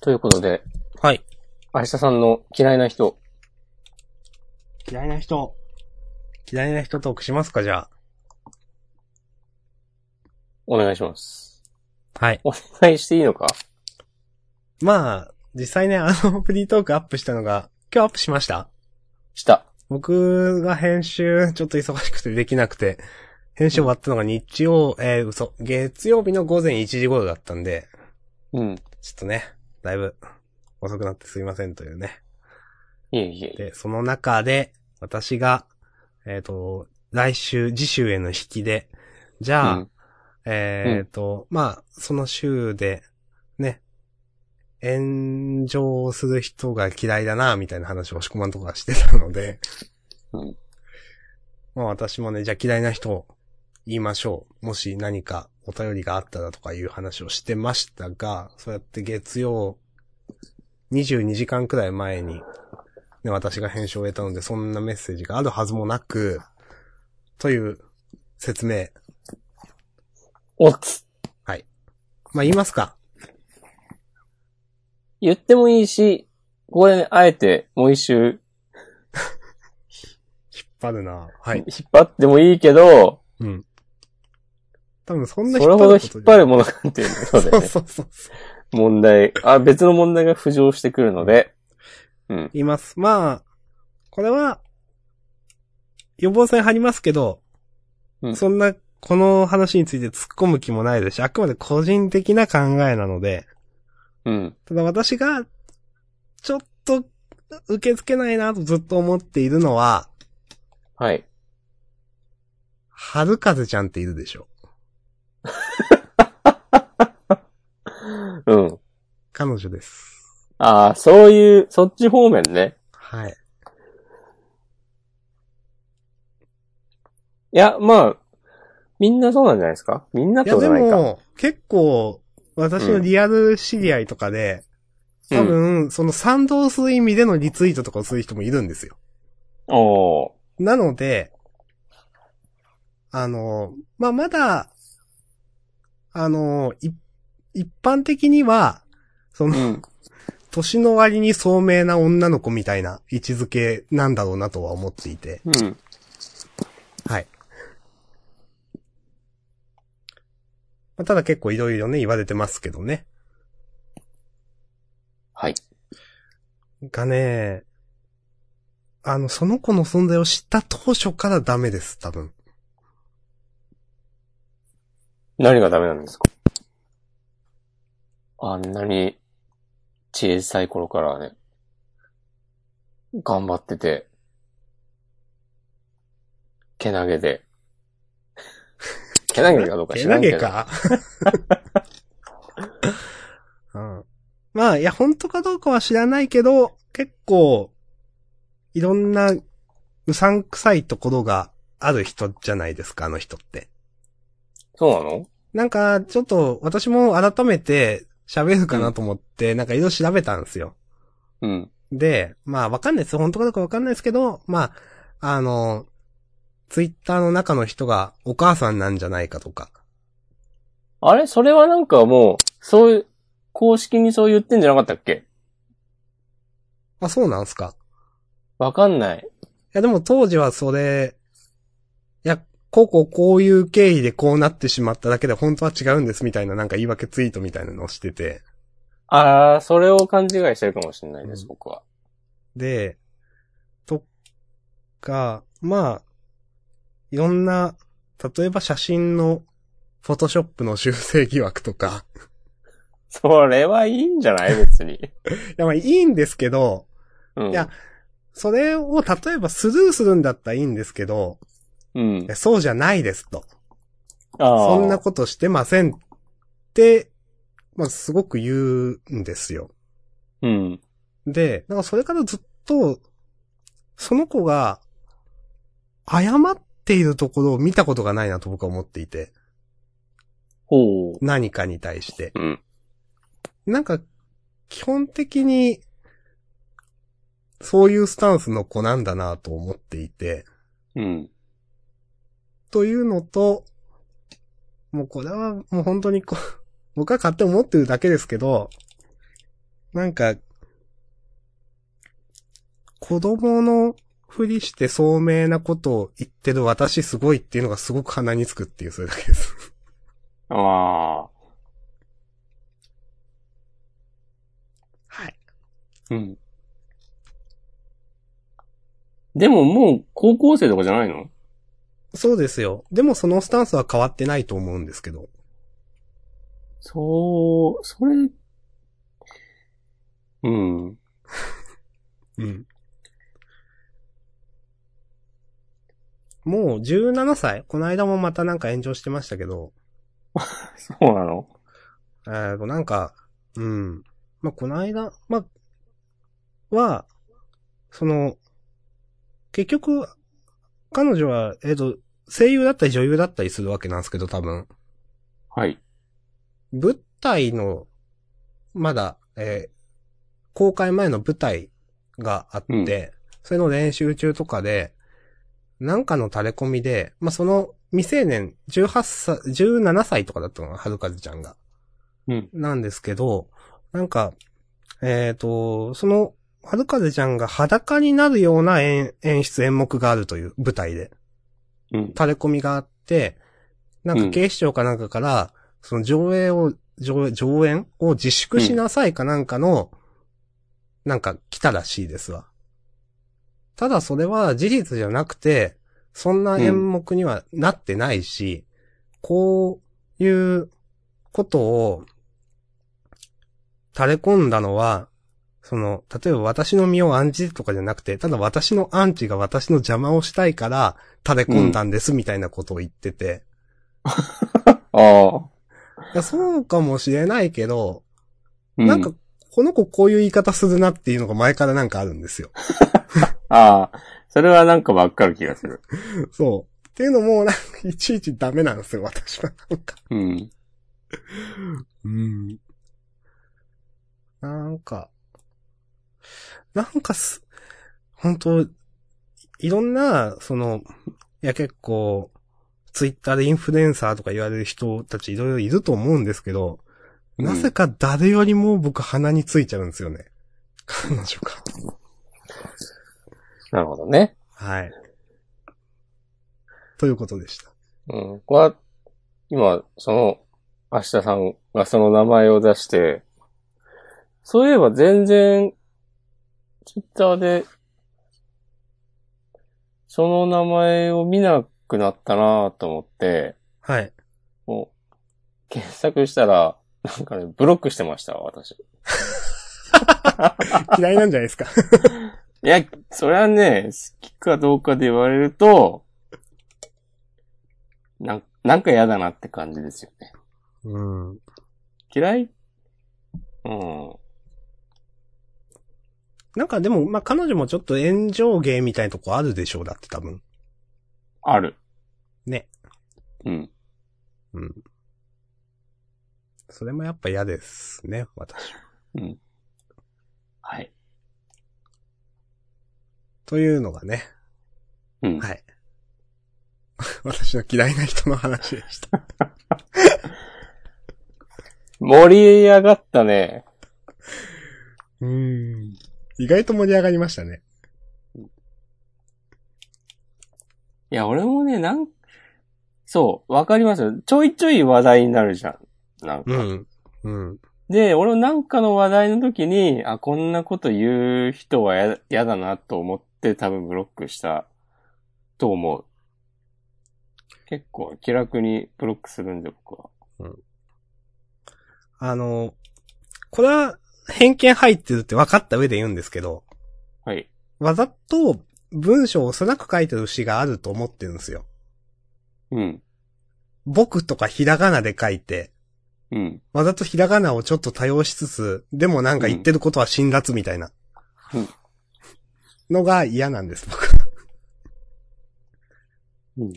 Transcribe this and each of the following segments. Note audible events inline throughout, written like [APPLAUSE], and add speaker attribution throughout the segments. Speaker 1: ということで、
Speaker 2: はい。
Speaker 1: 明日さんの嫌いな人、
Speaker 2: 嫌いな人。嫌いな人トークしますか、じゃ
Speaker 1: お願いします。
Speaker 2: あ。はい。
Speaker 1: お願いしていいのか
Speaker 2: まあ、実際ね、あの、 [LAUGHS] フリートークアップしたのが、今日アップしました
Speaker 1: した。
Speaker 2: 僕が編集、ちょっと忙しくてできなくて、編集終わったのが日曜、えー、嘘、月曜日の午前1時頃だったんで、
Speaker 1: うん。
Speaker 2: ちょっとね、だいぶ遅くなってすいませんというね。
Speaker 1: いえいえいえ。
Speaker 2: で、その中で、私が、えっ、と、来週、次週への引きで、じゃあ、
Speaker 1: うん
Speaker 2: えっ、と、まあ、その週で、ね、炎上する人が嫌いだな、みたいな話を押し込まんとかしてたので、
Speaker 1: うん
Speaker 2: まあ私もね、じゃあ嫌いな人を言いましょう。もし何かお便りがあったらとかいう話をしてましたが、そうやって月曜、22時間くらい前に、ね、私が編集を終えたので、そんなメッセージがあるはずもなく、という説明。
Speaker 1: おつ
Speaker 2: まあ言いますか。
Speaker 1: 言ってもいいし、ここで、ね、あえてもう一周
Speaker 2: 引っ張るなは
Speaker 1: 引っ
Speaker 2: い。
Speaker 1: 張ってもいいけど、
Speaker 2: うん。多分そん
Speaker 1: そ
Speaker 2: な
Speaker 1: れほど
Speaker 2: こ
Speaker 1: 引
Speaker 2: と
Speaker 1: っ
Speaker 2: じゃ
Speaker 1: 張
Speaker 2: ない
Speaker 1: るものかっていうことで、
Speaker 2: そう
Speaker 1: ね、
Speaker 2: そうそうそう。
Speaker 1: [LAUGHS] 問題、あ、別の問題が浮上してくるので、うん。
Speaker 2: 言います。まあ、これは、予防線張りますけど、
Speaker 1: うん
Speaker 2: そんな、この話について突っ込む気もないですし、あくまで個人的な考えなので、
Speaker 1: うん。
Speaker 2: ただ私が、ちょっと、受け付けないなとずっと思っているのは、
Speaker 1: はい。
Speaker 2: 春風ちゃんっているでしょ。
Speaker 1: うん。
Speaker 2: 彼女です。
Speaker 1: ああ、そういう、そっち方面ね。
Speaker 2: はい。
Speaker 1: いや、まあ、みんなそうなんじゃないですかみんなっ
Speaker 2: い
Speaker 1: て
Speaker 2: や
Speaker 1: こと
Speaker 2: で
Speaker 1: ないか。
Speaker 2: も、結構、私のリアル知り合いとかで、多分、その賛同する意味でのリツイートとかをする人もいるんですよ。
Speaker 1: うん、おー。
Speaker 2: なので、あの、まあ、まだ、あの、い一般的には、その、
Speaker 1: うん。
Speaker 2: 年の割に聡明な女の子みたいな位置づけなんだろうなとは思っていて、
Speaker 1: うん。
Speaker 2: はい。まあ、ただ結構いろいろね、言われてますけどね。
Speaker 1: はい。
Speaker 2: がね、あの、その子の存在を知った当初からダメです、多分。
Speaker 1: 何がダメなんですかあんなに小さい頃からね、頑張ってて、けなげ
Speaker 2: [LAUGHS]
Speaker 1: で、けなげかどうか
Speaker 2: け
Speaker 1: 知ら
Speaker 2: なん
Speaker 1: け
Speaker 2: げ
Speaker 1: ど。
Speaker 2: か。 [LAUGHS] うん、まあ、いや、本当かどうかは知らないけど、結構、いろんな、うさんくさいところがある人じゃないですか、あの人って。
Speaker 1: そうなの
Speaker 2: なんか、ちょっと、私も改めて喋るかなと思って、なんかいろいろ調べたんですよ。
Speaker 1: うん。
Speaker 2: で、まあわかんないです。本当かどうかわかんないですけど、まあ、あの、ツイッターの中の人がお母さんなんじゃないかとか。
Speaker 1: あれそれはなんかもう、そういう、公式にそう言ってんじゃなかったっけ
Speaker 2: あ、そうなんすか。
Speaker 1: わかんない。
Speaker 2: いやでも当時はそれ、いや、こうこうこういう経緯でこうなってしまっただけで本当は違うんですみたいななんか言い訳ツイートみたいなのをしてて。
Speaker 1: あー、それを勘違いしてるかもしれないです、
Speaker 2: うん
Speaker 1: 僕は。
Speaker 2: で、とか、まあ、いろんな、例えば写真のフォトショップの修正疑惑とか。
Speaker 1: それはいいんじゃない別に。
Speaker 2: いやまあいいんですけど、
Speaker 1: うん。
Speaker 2: いや、それを例えばスルーするんだったらいいんですけど、
Speaker 1: うん
Speaker 2: いや。そうじゃないですと。
Speaker 1: あー
Speaker 2: そんなことしてませんって、まあ、すごく言うんですよ。
Speaker 1: うん。
Speaker 2: で、なんかそれからずっと、その子が、謝っているところを見たことがないなと僕は思っていて、
Speaker 1: ほう。
Speaker 2: 何かに対して。
Speaker 1: うん。
Speaker 2: なんか、基本的に、そういうスタンスの子なんだなと思っていて、
Speaker 1: うん。
Speaker 2: というのと、 [LAUGHS] もうこれはもう本当にこう、僕は勝手に思ってるだけですけど、なんか、子供のふりして聡明なことを言ってる私すごいっていうのがすごく鼻につくっていう、それだけです。
Speaker 1: ああ。
Speaker 2: はい。
Speaker 1: うん。でももう高校生とかじゃないの
Speaker 2: そうですよ。でもそのスタンスは変わってないと思うんですけど。
Speaker 1: そう、それ、うん。
Speaker 2: うん。もう17歳。この間もまたなんか炎上してましたけど、
Speaker 1: そうなの
Speaker 2: えー、なんか、うん。まあ、この間、まあ、は、その、結局、彼女は、えっ、と、声優だったり女優だったりするわけなんですけど、多分。
Speaker 1: はい。
Speaker 2: 舞台の、まだ、えー公開前の舞台があって、
Speaker 1: うん
Speaker 2: それの練習中とかで、なんかの垂れ込みで、まあ、その未成年、18歳、17歳とかだったのかな、はるかずちゃんが。
Speaker 1: うん。
Speaker 2: なんですけど、なんか、えっ、と、その、はるかぜちゃんが裸になるような演演出演目があるという舞台で、
Speaker 1: うん。
Speaker 2: 垂れ込みがあって、なんか警視庁かなんかから、その上映を、上映、上演を自粛しなさいかなんかの、なんか来たらしいですわ。ただそれは事実じゃなくて、そんな演目にはなってないし、こういうことを垂れ込んだのは、その、例えば私の身を案じてとかじゃなくて、ただ私のアンチが私の邪魔をしたいから垂れ込んだんですみたいなことを言ってて、
Speaker 1: ああ。
Speaker 2: いやそうかもしれないけど、
Speaker 1: う
Speaker 2: なんか、この子こういう言い方するなっていうのが前からなんかあるんですよ。
Speaker 1: ああ。それはなんかわかる気がする。
Speaker 2: そう。っていうのも、なんか、いちいちダメなんですよ、私は。なんか。
Speaker 1: うん。
Speaker 2: うん。なんか、なんかす、本当いろんな、その、いや結構、ツイッターでインフルエンサーとか言われる人たちいろいろいると思うんですけど、なぜか誰よりも僕鼻についちゃうんですよね。彼女が。
Speaker 1: [LAUGHS] なるほどね。
Speaker 2: はい。ということでした。
Speaker 1: うん。これは、今、その、明日さんがその名前を出して、そういえば全然、ツイッターで、その名前を見なくなったなぁと思って、
Speaker 2: はい。
Speaker 1: もう、検索したら、なんかね、ブロックしてました、私。
Speaker 2: 嫌いなんじゃないですか。
Speaker 1: いや、それはね、好きかどうかで言われると、なんなんか嫌だなって感じですよね。
Speaker 2: うん。
Speaker 1: 嫌いうん。
Speaker 2: なんかでも、まあ、彼女もちょっと炎上芸みたいなとこあるでしょう、だって多分。
Speaker 1: ある。
Speaker 2: ね。
Speaker 1: うん。
Speaker 2: うん。それもやっぱ嫌ですね、私。
Speaker 1: はい。
Speaker 2: というのがね、
Speaker 1: うん。
Speaker 2: はい。 [LAUGHS] 私の嫌いな人の話でした。
Speaker 1: 盛り上がったね。
Speaker 2: うん。意外と盛り上がりましたね。
Speaker 1: いや、俺もね、なん、そう、わかりますよ。ちょいちょい話題になるじゃん。なんか。
Speaker 2: うん。うん。
Speaker 1: で、俺もなんかの話題の時に、あ、こんなこと言う人はや嫌だなと思って多分ブロックしたと思う。結構気楽にブロックするんで僕は。
Speaker 2: あの、これは偏見入ってるって分かった上で言うんですけど、
Speaker 1: はい。
Speaker 2: わざと文章を少なく書いてる節があると思ってるんですよ。
Speaker 1: うん。
Speaker 2: 僕とかひらがなで書いて、
Speaker 1: うん。
Speaker 2: わざとひらがなをちょっと多用しつつ、でもなんか言ってることは辛辣みたいな
Speaker 1: うん。
Speaker 2: のが嫌なんです、僕。
Speaker 1: うん。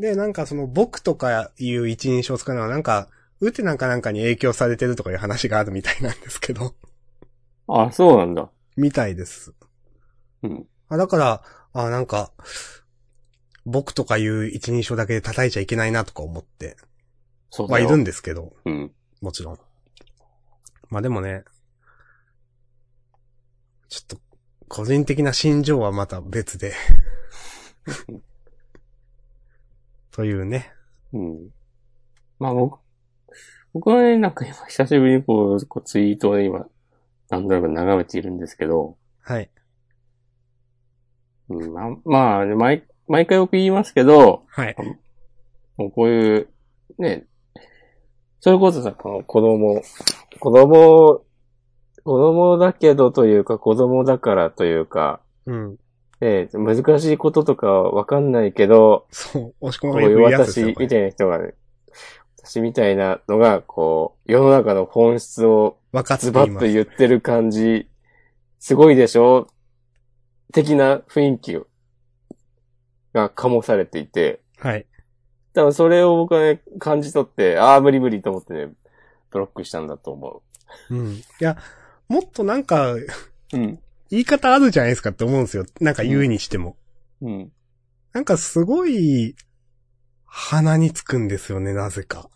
Speaker 2: で、なんかその僕とかいう一人称を使うのはなんか、うてなんかなんかに影響されてるとかいう話があるみたいなんですけど、 [LAUGHS]
Speaker 1: あ、そうなんだ。
Speaker 2: みたいです。
Speaker 1: うん。
Speaker 2: あ、だから、あ、なんか、僕とかいう一人称だけで叩いちゃいけないなとか思って、
Speaker 1: そうだ
Speaker 2: はい
Speaker 1: よ。
Speaker 2: るんですけど、
Speaker 1: うん。
Speaker 2: もちろん。まあでもね、個人的な心情はまた
Speaker 1: [LAUGHS]
Speaker 2: 別で。というね。
Speaker 1: うん。まあ僕、僕はね、なんか今久しぶりにこう、こうツイートをね今、なんとなく眺めているんですけど、
Speaker 2: はい。
Speaker 1: うん、まあ、まあ、毎、毎回僕言いますけど、
Speaker 2: はい。
Speaker 1: もうこういう、ね、それこそさ、この子供、子供、子供だけどというか、子供だからというか、
Speaker 2: うん。
Speaker 1: ね、難しいこととかわかんないけど、
Speaker 2: そう、押し込
Speaker 1: こ
Speaker 2: ま
Speaker 1: う
Speaker 2: れ
Speaker 1: いう
Speaker 2: るやつです
Speaker 1: 私
Speaker 2: よ、こ
Speaker 1: み
Speaker 2: れ。
Speaker 1: たいな人がね、私みたいなのが、こう、世の中の本質を
Speaker 2: 分かって
Speaker 1: ズ
Speaker 2: い
Speaker 1: バッ
Speaker 2: ま
Speaker 1: と
Speaker 2: す。
Speaker 1: 言ってる感じ、すごいでしょ的な雰囲気が醸されていて、
Speaker 2: はい。
Speaker 1: 多分それを僕はね、感じ取って、ああ、無理無理と思ってね、ブロックしたんだと思
Speaker 2: うん。いや、もっとなんか、
Speaker 1: う。うん。
Speaker 2: 言い方あるじゃないですかって思うんですよ。なんか言うにしても。
Speaker 1: うん。
Speaker 2: なんかすごい、鼻につくんですよね、なぜか。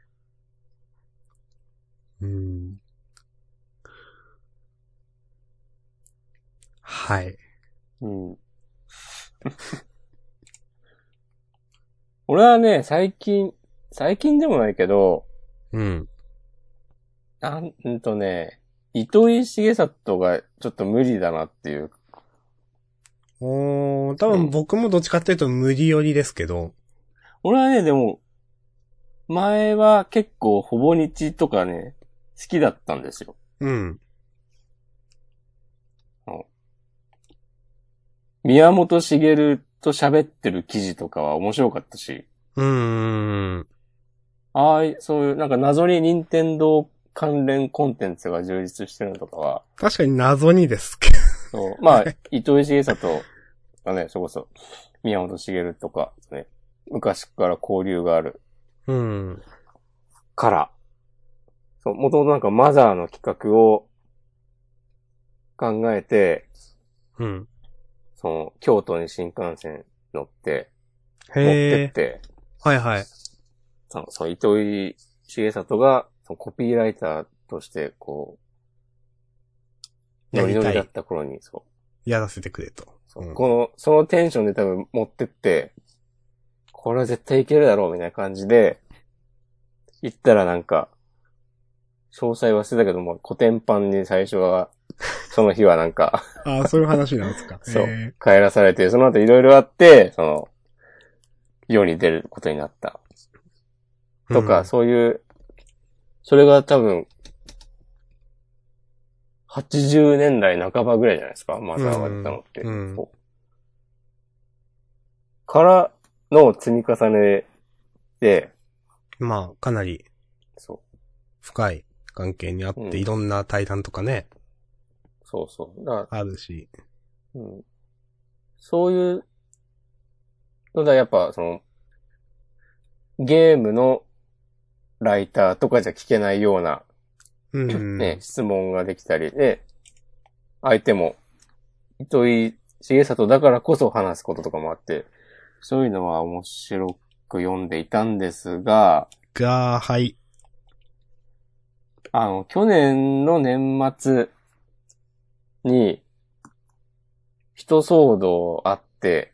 Speaker 2: [LAUGHS] うん。はい。
Speaker 1: うん。 [LAUGHS] 俺はね、最近、最近でもないけど、
Speaker 2: うん。
Speaker 1: なんんとね、糸井重里がちょっと無理だなっていう。
Speaker 2: おー、多分僕もどっちかっていうと無理寄りですけど。
Speaker 1: 俺はね、でも、前は結構ほぼ日とかね、好きだったんですよ。
Speaker 2: うん。
Speaker 1: 宮本茂と喋ってる記事とかは面白かったし、
Speaker 2: うーん。
Speaker 1: ああい、そういう、なんか謎に任天堂関連コンテンツが充実してるのとかは、
Speaker 2: 確かに謎にですけど。
Speaker 1: そう、まあ、糸井重里がね、それこそ、宮本茂とか、ね、昔から交流がある
Speaker 2: うん。
Speaker 1: から、そう、もともとなんかマザーの企画を考えて、
Speaker 2: うん。
Speaker 1: その、京都に新幹線乗って、
Speaker 2: へ
Speaker 1: 持ってっ
Speaker 2: え。
Speaker 1: て、
Speaker 2: はいはい。
Speaker 1: その、そう、糸井重里が、そのコピーライターとして、こう、
Speaker 2: や
Speaker 1: ノリ
Speaker 2: り
Speaker 1: ノ
Speaker 2: た
Speaker 1: リだ
Speaker 2: い
Speaker 1: っ。た頃に、そう、
Speaker 2: やらせてくれと。
Speaker 1: そう
Speaker 2: うん
Speaker 1: この、そのテンションで多分持ってって、これは絶対いけるだろうみたいな感じで、行ったらなんか、詳細忘れたけども、古典版に最初は、 [LAUGHS] その日はなんか、
Speaker 2: あ [LAUGHS] あ、そういう話なんですか。
Speaker 1: そう
Speaker 2: へー
Speaker 1: 帰らされて、その後いろいろあって、その、世に出ることになった。とか、
Speaker 2: うん
Speaker 1: そういう、それが多分、80年代半ばぐらいじゃないですか、マザーが出たのって。
Speaker 2: うんうん
Speaker 1: こうからの積み重ねで、
Speaker 2: まあ、かなり
Speaker 1: そ
Speaker 2: 深い関係にあって、
Speaker 1: うん
Speaker 2: いろんな対談とかね、
Speaker 1: うそうそう。だから
Speaker 2: あるし。
Speaker 1: うんそういう、のだ、やっぱ、その、ゲームのライターとかじゃ聞けないような、
Speaker 2: うん。
Speaker 1: ね、質問ができたり、で、相手も、糸井重里だからこそ話すこととかもあって、そういうのは面白く読んでいたんですが、
Speaker 2: が、はい。
Speaker 1: あの、去年の年末に、人騒動あって、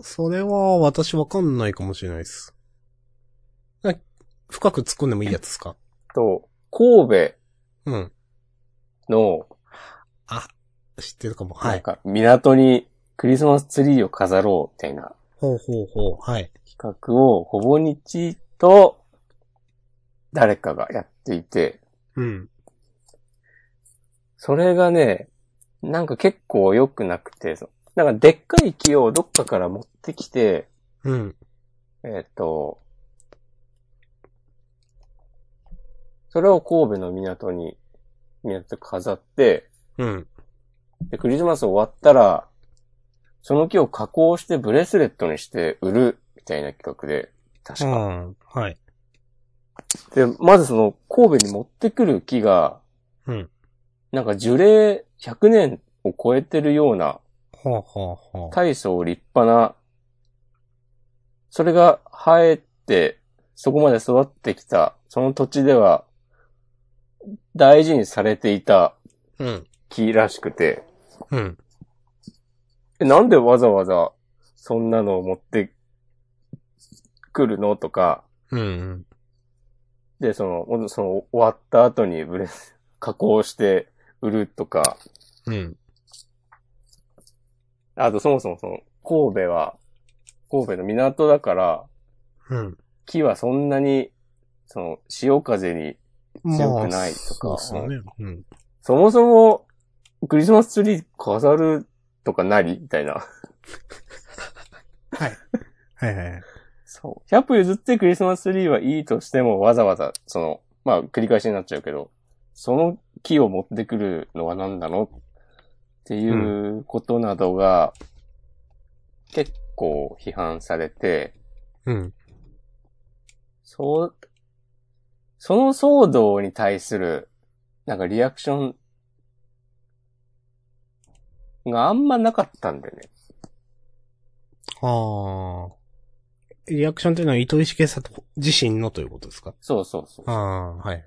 Speaker 2: それは私わかんないかもしれないです。な深く突っ込んでもいいやつですか
Speaker 1: と、神戸
Speaker 2: うん。
Speaker 1: の、
Speaker 2: 知ってるかも。は
Speaker 1: なん
Speaker 2: い。
Speaker 1: か、港にクリスマスツリーを飾ろう、みたいな
Speaker 2: ほうほうほう。はい。
Speaker 1: 企画を、ほぼ日と、誰かがやっていて、
Speaker 2: うん。
Speaker 1: それがね、なんか結構良くなくて、そなんかでっかい木をどっかから持ってきて、
Speaker 2: うん。
Speaker 1: えっ、と、それを神戸の港に、港で飾って、
Speaker 2: うん。
Speaker 1: で、クリスマス終わったら、その木を加工してブレスレットにして売る、みたいな企画で、確
Speaker 2: う
Speaker 1: か。
Speaker 2: ん。はい。
Speaker 1: で、まずその、神戸に持ってくる木が、
Speaker 2: うん
Speaker 1: なんか樹齢100年を超えてるような、
Speaker 2: ほうほうほう。
Speaker 1: 大層立派な、それが生えて、そこまで育ってきた、その土地では、大事にされていた
Speaker 2: うん。
Speaker 1: きらしくて、
Speaker 2: うん。
Speaker 1: えなんでわざわざそんなのを持ってくるのとか、
Speaker 2: うんうん。
Speaker 1: で、その、おその終わった後にブレス、加工して売るとか、
Speaker 2: うん。
Speaker 1: あとそもそもその、神戸は、神戸の港だから、
Speaker 2: うん。
Speaker 1: 木はそんなに、その、潮風に、強くないとか
Speaker 2: まあそうですよね。うん。
Speaker 1: そもそも、クリスマスツリー飾るとかなりみたいな。
Speaker 2: はい。はいはいはい。
Speaker 1: そう。100歩譲ってクリスマスツリーはいいとしても、わざわざ、その、まあ、繰り返しになっちゃうけど、その木を持ってくるのは何なのっていうことなどが、結構批判されて、
Speaker 2: うん。
Speaker 1: そう、その騒動に対する、なんかリアクションがあんまなかったんだよね。
Speaker 2: ああ。リアクションというのは、糸井重里自身のということですか
Speaker 1: そうそうそう。
Speaker 2: ああ、はい。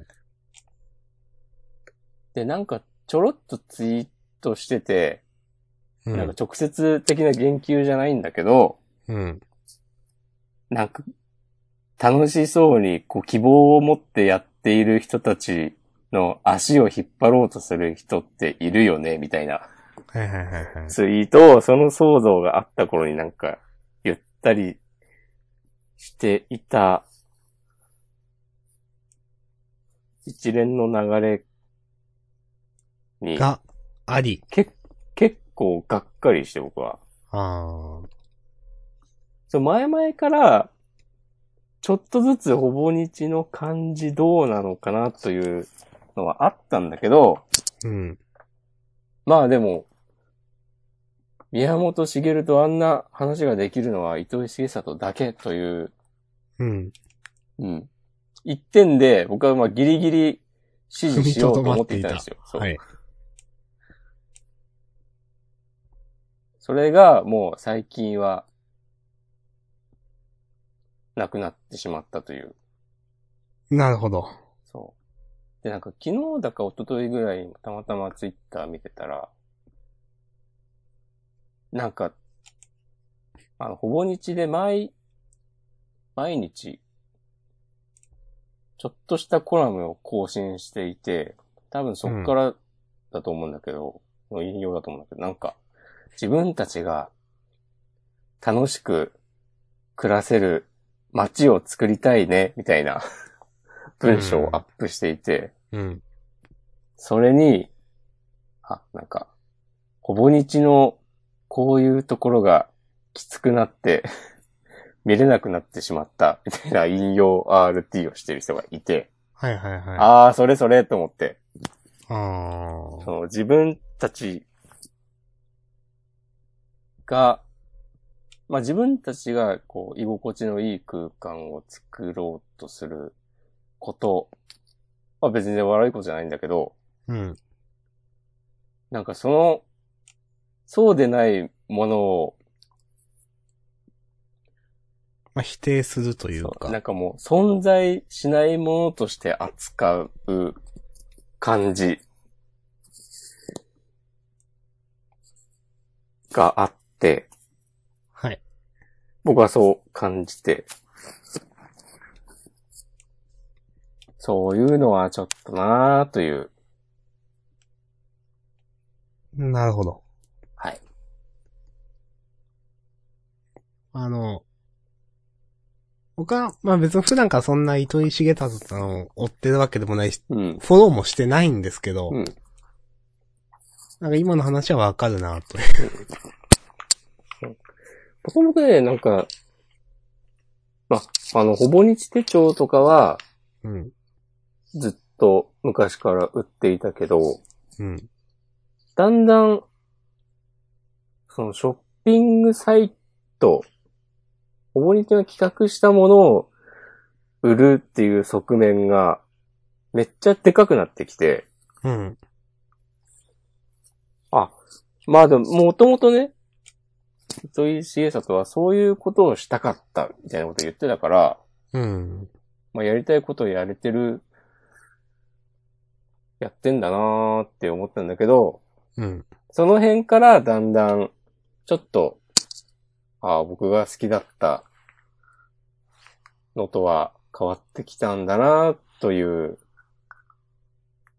Speaker 1: で、なんかちょろっとツイートしてて、
Speaker 2: う
Speaker 1: なんか
Speaker 2: ん。
Speaker 1: 直接的な言及じゃないんだけど、
Speaker 2: うん。
Speaker 1: なんか楽しそうにこう希望を持ってやっている人たちの足を引っ張ろうとする人っているよね、みたいな。
Speaker 2: はいはいはいはい。
Speaker 1: ツイートをその騒動があった頃になんか、ゆったりしていた一連の流れに
Speaker 2: が、あり。
Speaker 1: け結構がっかりして僕は。
Speaker 2: あ
Speaker 1: そう前々からちょっとずつほぼ日の感じどうなのかなというのはあったんだけど、
Speaker 2: あ。うん。
Speaker 1: まあでも、宮本茂とあんな話ができるのは伊藤重里だけという、
Speaker 2: うん。
Speaker 1: うん。一点で僕はまあギリギリ支持しようと思っていたんですよ。そう
Speaker 2: はい。
Speaker 1: それがもう最近は、なくなってしまったという。
Speaker 2: なるほど。
Speaker 1: そう。で、なんか昨日だか一昨日ぐらいにたまたまツイッター見てたら、なんか、あの、ほぼ日で毎、毎日、ちょっとしたコラムを更新していて、多分そっからだと思うんだけど、の引用だと思うんだけど、なんか、自分たちが楽しく暮らせる街を作りたいね、みたいな [LAUGHS] 文章をアップしていて、
Speaker 2: うん。
Speaker 1: それに、あ、なんか、ほぼ日のこういうところがきつくなって、 [LAUGHS] 見れなくなってしまった、みたいな引用 RT をしてる人がいて、
Speaker 2: はいはいはい。あ
Speaker 1: ああ、それそれと思って、
Speaker 2: あ
Speaker 1: そ。の自分たちが、まあ自分たちがこう居心地のいい空間を作ろうとすることは別に悪いことじゃないんだけど、
Speaker 2: うん。
Speaker 1: なんかその、そうでないものを、
Speaker 2: まあ、否定するという
Speaker 1: なん
Speaker 2: か。
Speaker 1: かもう存在しないものとして扱う感じがあって、
Speaker 2: はい。
Speaker 1: 僕はそう感じて、そういうのはちょっとなーという、
Speaker 2: なるほど。
Speaker 1: はい。
Speaker 2: あの、僕は、まあ別に普段からそんな糸井重里さんを追ってるわけでもないし、
Speaker 1: うん。
Speaker 2: フォローもしてないんですけど、
Speaker 1: うん。
Speaker 2: なんか今の話はわかるなと。
Speaker 1: 僕もね、なんか、ま、あの、ほぼ日手帳とかは、
Speaker 2: うん。
Speaker 1: ずっと昔から売っていたけど、
Speaker 2: うん。
Speaker 1: だんだん、そのショッピングサイト、おぼりきが企画したものを売るっていう側面がめっちゃでかくなってきて、
Speaker 2: うん。
Speaker 1: まあでも、もともとね、糸井重里はそういうことをしたかったみたいなこと言ってたから、
Speaker 2: うん。
Speaker 1: まあ、やりたいことをやれてる、やってんだなーって思ったんだけど、
Speaker 2: うん。
Speaker 1: その辺からだんだん、ちょっと、ああ、僕が好きだったのとは変わってきたんだな、という。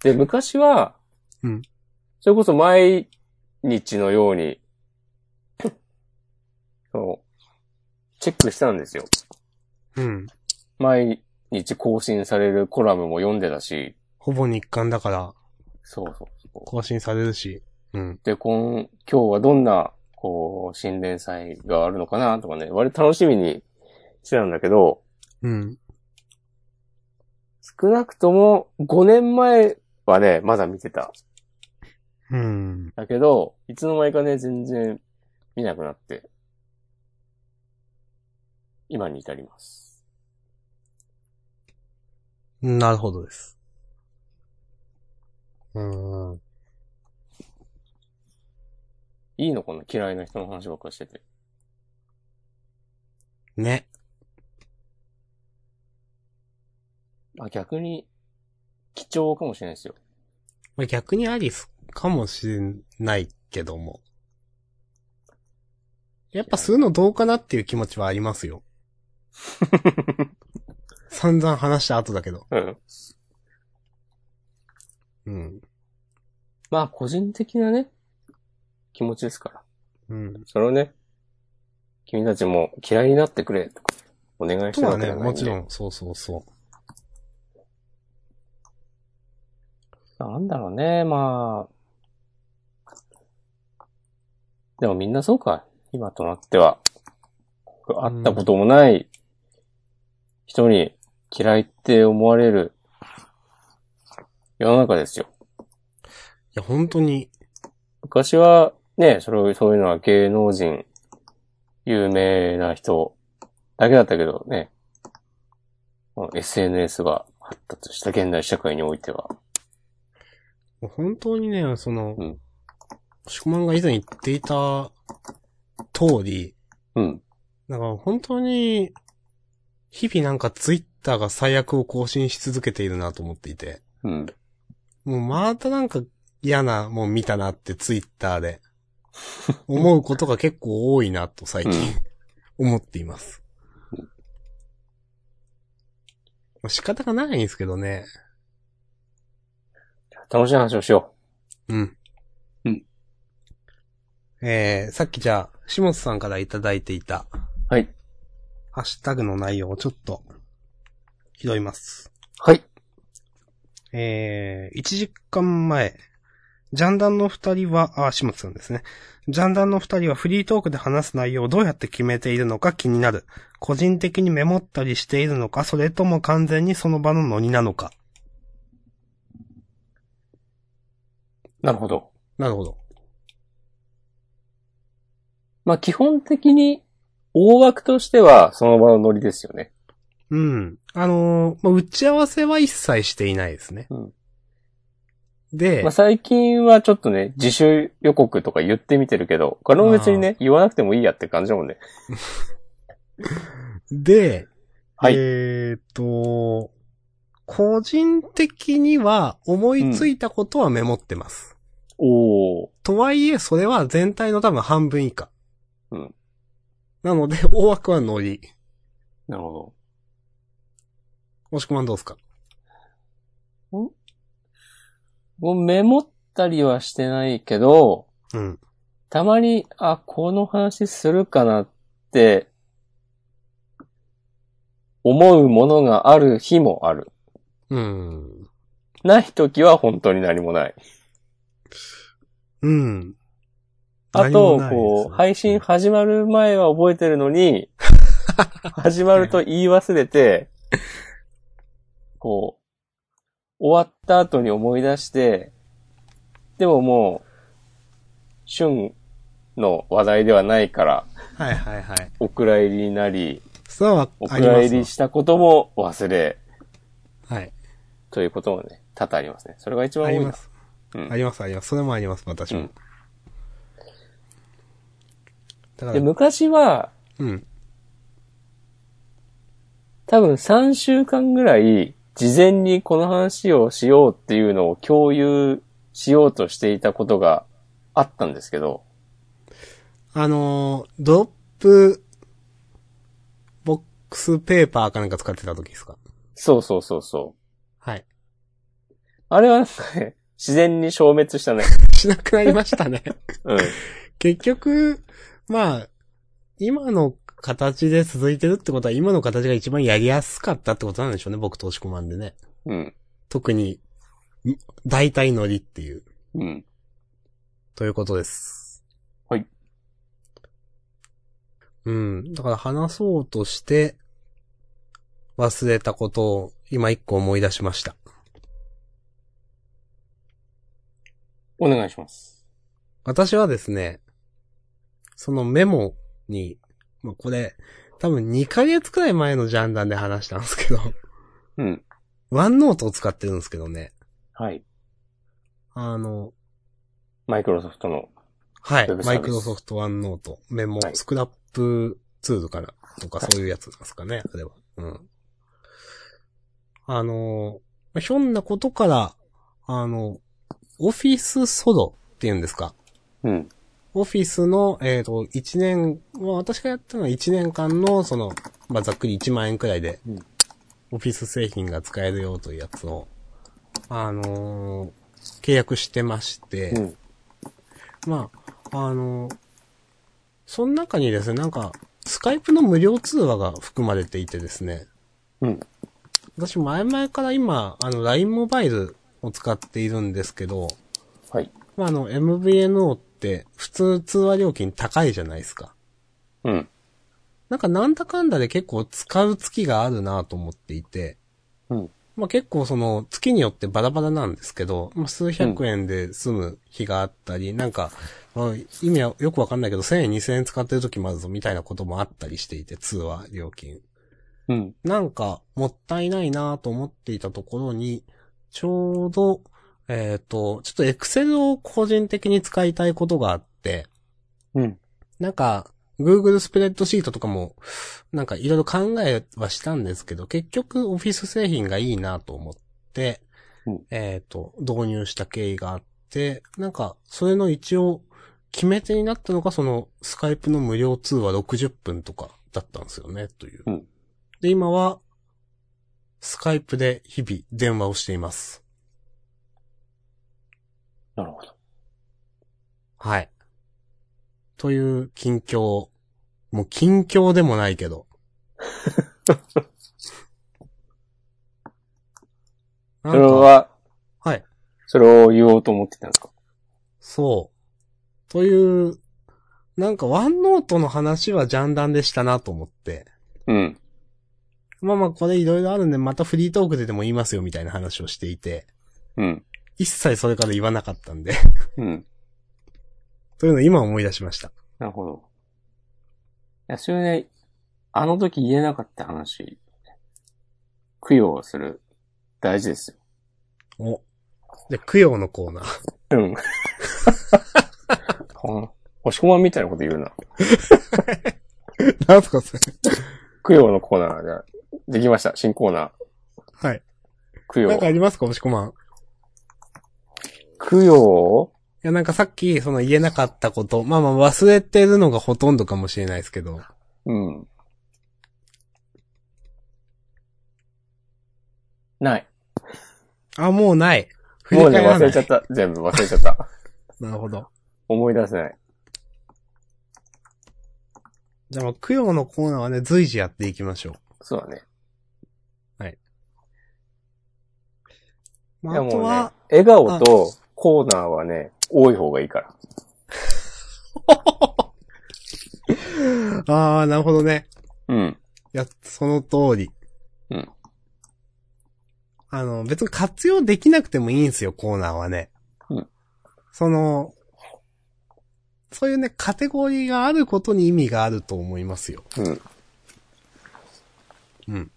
Speaker 1: で、昔は、
Speaker 2: うん
Speaker 1: それこそ毎日のように、そのチェックしたんですよ。
Speaker 2: うん。
Speaker 1: 毎日更新されるコラムも読んでたし、
Speaker 2: ほぼ日刊だから、
Speaker 1: そうそうそう。
Speaker 2: 更新されるし。うん。
Speaker 1: で、今、今日はどんな、こう、新連載があるのかなとかね、割と楽しみにしてたんだけど、
Speaker 2: うん。
Speaker 1: 少なくとも5年前はね、まだ見てた。
Speaker 2: うん。
Speaker 1: だけど、いつの間にかね、全然見なくなって、今に至ります。
Speaker 2: なるほどです。うん。
Speaker 1: いいのこんな嫌いな人の話ばっかりしてて。
Speaker 2: ね。
Speaker 1: まあ逆に、貴重かもしれないですよ。
Speaker 2: まあ、逆にアリスかもしれないけども。やっぱするのどうかなっていう気持ちはありますよ。散々話した後だけど。
Speaker 1: うん。
Speaker 2: うん。
Speaker 1: まあ個人的なね、気持ちですから。
Speaker 2: うん。
Speaker 1: それをね、君たちも嫌いになってくれとか、お願いし
Speaker 2: と
Speaker 1: た
Speaker 2: は
Speaker 1: わけじ
Speaker 2: ね、
Speaker 1: ゃないんで
Speaker 2: もちろん、そうそうそう。
Speaker 1: なんだろうね、まあ。でもみんなそうか。今となっては。会ったこともない人に嫌いって思われる世の中ですよ。
Speaker 2: いや、本当に、
Speaker 1: 昔はね、それをそういうのは芸能人、有名な人だけだったけどね、この SNS が発達した現代社会においては、
Speaker 2: もう本当にね、その、
Speaker 1: うん
Speaker 2: シコマンが以前言っていた通り、
Speaker 1: うん、
Speaker 2: なんか本当に、日々なんかツイッターが最悪を更新し続けているなと思っていて、
Speaker 1: うん、
Speaker 2: もうまたなんか嫌なもん見たなってツイッタ
Speaker 1: [LAUGHS]
Speaker 2: ーで、思うことが結構多いなと最近、思っています。もう仕方がないんですけどね。
Speaker 1: 楽しい話をしよ
Speaker 2: うん。
Speaker 1: うん。
Speaker 2: えー、さっきじゃあ、下本さんからいただいていた、
Speaker 1: う。はい。
Speaker 2: ハッシュタグの内容をちょっと、拾います。
Speaker 1: はい。
Speaker 2: えー、1時間前、ジャンダンの二人は、あ、下本さんですね。ジャンダンの二人はフリートークで話す内容をどうやって決めているのか気になる。個人的にメモったりしているのか、それとも完全にその場のノリなのか。
Speaker 1: なるほど。
Speaker 2: なるほど。
Speaker 1: まあ基本的に大枠としてはその場のノリですよね。
Speaker 2: うん。あのーまあ、打ち合わせは一切していないですね。
Speaker 1: うん
Speaker 2: で、
Speaker 1: まあ最近はちょっとね、自主予告とか言ってみてるけど、これも別にね、言わなくてもいいやって感じだもんね。
Speaker 2: で、
Speaker 1: はい
Speaker 2: えーっと、個人的には思いついたことはメモってます。
Speaker 1: おー。
Speaker 2: とはいえ、それは全体の多分半分以下。
Speaker 1: うん
Speaker 2: なので、大枠はノリ。
Speaker 1: なるほど。
Speaker 2: もしくはどうですか
Speaker 1: もうメモったりはしてないけど、
Speaker 2: うん。
Speaker 1: たまに、あ、この話するかなって、思うものがある日もある。
Speaker 2: うん。
Speaker 1: ない時は本当に何もない。
Speaker 2: うん。
Speaker 1: あ
Speaker 2: 何も
Speaker 1: と、
Speaker 2: ないですね
Speaker 1: こう、配信始まる前は覚えてるの
Speaker 2: [LAUGHS]
Speaker 1: に、始まると言い忘れて、こう、終わった後に思い出して、でももう、旬の話題ではないから、
Speaker 2: はいはいはい。
Speaker 1: お蔵入りになり、
Speaker 2: それは
Speaker 1: お
Speaker 2: ありま
Speaker 1: 蔵
Speaker 2: す
Speaker 1: 入りしたことも忘れ、
Speaker 2: わ。はい。
Speaker 1: ということもね、多々ありますね。それが一番
Speaker 2: あ
Speaker 1: 多
Speaker 2: り
Speaker 1: い
Speaker 2: ま
Speaker 1: な。
Speaker 2: す。
Speaker 1: うん
Speaker 2: あります、あります。それもあります、私も。
Speaker 1: うん
Speaker 2: だか
Speaker 1: で、
Speaker 2: ら、
Speaker 1: 昔は、
Speaker 2: うん。
Speaker 1: 多分3週間ぐらい、事前にこの話をしようっていうのを共有しようとしていたことがあったんですけど、
Speaker 2: あのー、ドロップ、ボックスペーパーかなんか使ってた時ですか
Speaker 1: そうそうそうそ
Speaker 2: はい。
Speaker 1: う。あれはなんかね、自然に消滅したね。
Speaker 2: しなくなりまし
Speaker 1: [LAUGHS]
Speaker 2: たね。
Speaker 1: うん。
Speaker 2: 結局、まあ、今の形で続いてるってことは、今の形が一番やりやすかったってことなんでしょうね、僕投資コマンでね。
Speaker 1: うん。
Speaker 2: 特に、ん大体乗りっていう、
Speaker 1: うん。
Speaker 2: ということです。
Speaker 1: はい。
Speaker 2: うん。だから話そうとして、忘れたことを今一個思い出しました。
Speaker 1: お願いします。
Speaker 2: 私はですね、そのメモに、まあ、これ、多分2ヶ月くらい前のジャンダンで話したんですけど、
Speaker 1: うん。
Speaker 2: ワンノートを使ってるんですけどね。
Speaker 1: はい。
Speaker 2: あの、
Speaker 1: マイクロソフトの。
Speaker 2: はい
Speaker 1: ウェブ。サ
Speaker 2: マ
Speaker 1: ービス
Speaker 2: イクロソフトワンノート、メモ
Speaker 1: は、い
Speaker 2: スクラップツールかなとかそういうやつなんですかね、あれは。うん。あの、まあひょんなことから、あの、オフィスソロっていうんですか。
Speaker 1: うん。
Speaker 2: オフィスの、えっ、と、一年、まあ私がやったのは1年間の、その、まあざっくり1万円くらいで
Speaker 1: うん、
Speaker 2: オフィス製品が使えるよというやつを、あのー契約してまして、
Speaker 1: うん。
Speaker 2: まあ、あの、その中にですね、なんか、スカイプの無料通話が含まれていてですね、
Speaker 1: うん。
Speaker 2: 私前々から今、あの、LINE モバイルを使っているんですけど、
Speaker 1: はい。
Speaker 2: まあ、あの、MVNO って普通通話料金高いじゃないですか。
Speaker 1: うん。
Speaker 2: なんかなんだかんだで結構使う月があるなと思っていて、
Speaker 1: うん。
Speaker 2: まあ、結構その月によってバラバラなんですけど、まあ、数百円で済む日があったり、なんか、まあ意味はよくわかんないけど、1000円2000円使ってる時もあるぞみたいなこともあったりしていて、通話料金。
Speaker 1: うん。
Speaker 2: なんか、もったいないなと思っていたところに、ちょうど、えっ、と、ちょっとエクセルを個人的に使いたいことがあって、
Speaker 1: うん。
Speaker 2: なんか、Google スプレッドシートとかも、なんかいろいろ考えはしたんですけど、結局 Office 製品がいいなと思って、
Speaker 1: うん
Speaker 2: えっ、と、導入した経緯があって、なんか、それの一応、決め手になったのが、その、スカイプの無料通話60分とかだったんですよね、という。
Speaker 1: うん
Speaker 2: で、今は、スカイプで日々電話をしています。
Speaker 1: なるほど。
Speaker 2: はい。という近況。もう近況でもないけ [LAUGHS] ど。な
Speaker 1: そ
Speaker 2: んか
Speaker 1: れ、は、
Speaker 2: はい。
Speaker 1: それを言おうと思ってたんですか
Speaker 2: そう。という、なんかワンノートの話はジャンダンでしたなと思って。
Speaker 1: うん。
Speaker 2: まあまあこれいろいろあるんでまたフリートークででも言いますよみたいな話をしていて、
Speaker 1: うん。
Speaker 2: 一切それから言わなかったんで。 [LAUGHS]
Speaker 1: うん。
Speaker 2: というのを今思い出しました。
Speaker 1: なるほど。いや、それね、あの時言えなかった話、供養する、大事ですよ。
Speaker 2: お。で、供養のコーナ
Speaker 1: う
Speaker 2: ー。
Speaker 1: ん。 [LAUGHS] この押し込まんみたいなこと言うな。
Speaker 2: [LAUGHS] なんすかそれ。
Speaker 1: 供養のコーナーができました。新コーナ
Speaker 2: はい。
Speaker 1: ー。供
Speaker 2: なんかあ
Speaker 1: 養。
Speaker 2: りますか押し込まん。
Speaker 1: 供養
Speaker 2: いや、なんかさっき、その言えなかったこと、まあまあ忘れてるのがほとんどかもしれないですけど、
Speaker 1: うん。ない。
Speaker 2: あ、もうない。振り
Speaker 1: もう
Speaker 2: 返
Speaker 1: ね、
Speaker 2: ら
Speaker 1: 忘
Speaker 2: ない。
Speaker 1: れちゃった。全部忘れちゃった。
Speaker 2: なるほど。
Speaker 1: 思い出せない。
Speaker 2: じゃあまあ、供養のコーナーはね、随時やっていきましょ
Speaker 1: そうだね。
Speaker 2: う。ま
Speaker 1: いや
Speaker 2: あ、あ
Speaker 1: も
Speaker 2: と
Speaker 1: うね
Speaker 2: は、、
Speaker 1: 笑顔とコーナーはね、多い方がいいから。
Speaker 2: ああ、なるほどね。
Speaker 1: うん。
Speaker 2: いや、その通り。
Speaker 1: うん。
Speaker 2: あの、別に活用できなくてもいいんですよ、コーナーはね。
Speaker 1: うん。
Speaker 2: その、そういうね、カテゴリーがあることに意味があると思いますよ。
Speaker 1: うん。
Speaker 2: うん。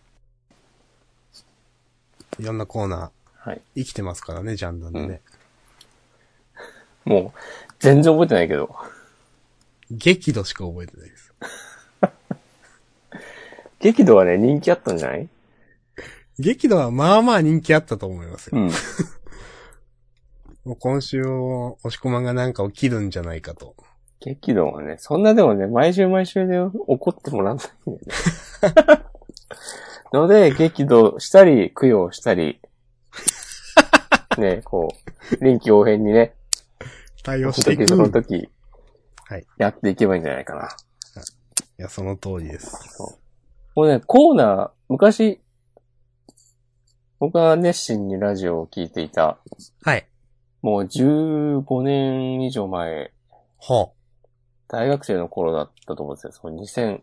Speaker 2: いろんなコーナ
Speaker 1: はい。
Speaker 2: ー、生きてますからね、ジャンダンでね。
Speaker 1: もう、全然覚えてないけど。
Speaker 2: 激怒しか覚えてないです。
Speaker 1: 激怒はね、人気あったんじゃない
Speaker 2: 激怒はまあまあ人気あったと思いますよ。
Speaker 1: ん。
Speaker 2: もう今週を押し込まんがなんか起きるんじゃないかと。
Speaker 1: 激怒はね、そんなでもね、毎週毎週で怒ってもらわないんだよね。
Speaker 2: [LAUGHS]
Speaker 1: ので、激怒したり、供養したり、ね、こう、臨機応変にね、
Speaker 2: 対
Speaker 1: そ
Speaker 2: 応
Speaker 1: の
Speaker 2: してい
Speaker 1: 時
Speaker 2: く。
Speaker 1: その
Speaker 2: い
Speaker 1: 時、
Speaker 2: はい
Speaker 1: やっていけばいいんじゃないかな。
Speaker 2: や、その通りです。
Speaker 1: もうね、コーナー、昔、僕が熱心にラジオを聞いていた、
Speaker 2: はい。
Speaker 1: もう15年以上前、
Speaker 2: ほ
Speaker 1: 大学生の頃だったと思うんですよ。その2000、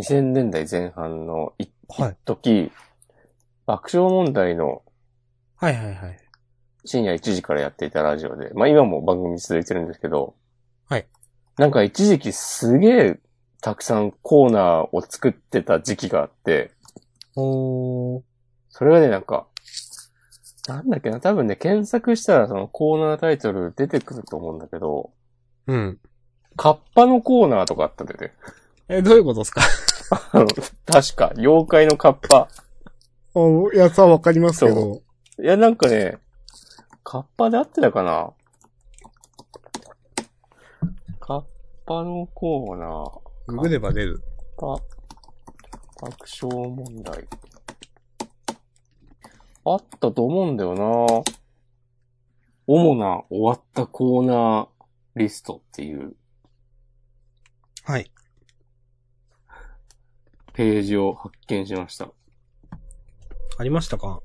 Speaker 1: 2000年代前半の一
Speaker 2: う。はい。
Speaker 1: 時、爆笑問題の
Speaker 2: はいはいはい。
Speaker 1: 深夜1時からやっていたラジオで、まあ今も番組続いてるんですけど、
Speaker 2: はい。
Speaker 1: なんか一時期すげえたくさんコーナーを作ってた時期があって、
Speaker 2: おー。
Speaker 1: それがね、なんか、なんだっけな、多分ね、検索したらそのコーナータイトル出てくると思うんだけど、
Speaker 2: うん。
Speaker 1: カッパのコーナーとかあったんだよね。
Speaker 2: え、どういうことですか
Speaker 1: あの確か、妖怪のカッパ。
Speaker 2: おいや、さ、わかりますけど。
Speaker 1: いや、なんかね、カッパで合ってたかなカッパのコーナー、
Speaker 2: ググれば出る。
Speaker 1: カッパ、爆笑問題。あったと思うんだよな主な終わったコーナーリストっていう
Speaker 2: はい。
Speaker 1: ページを発見しました。
Speaker 2: ありましたか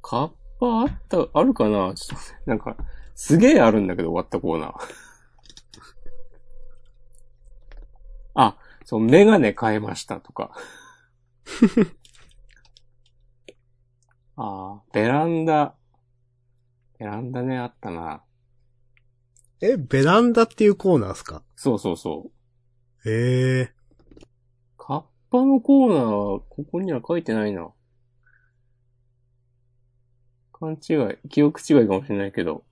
Speaker 1: カッパあった、あるかなちょっと待って、なんか、すげえあるんだけど終わったコー [LAUGHS] ナー。あ、そう、メガネ変えましたとか。 [LAUGHS] あーベランダ。ベランダね、あったな。
Speaker 2: え、ベランダっていうコーナーですか
Speaker 1: そうそうそう。
Speaker 2: ええ
Speaker 1: カッパのコーナー、ここには書いてないな。勘違い、記憶違いかもしれないけど、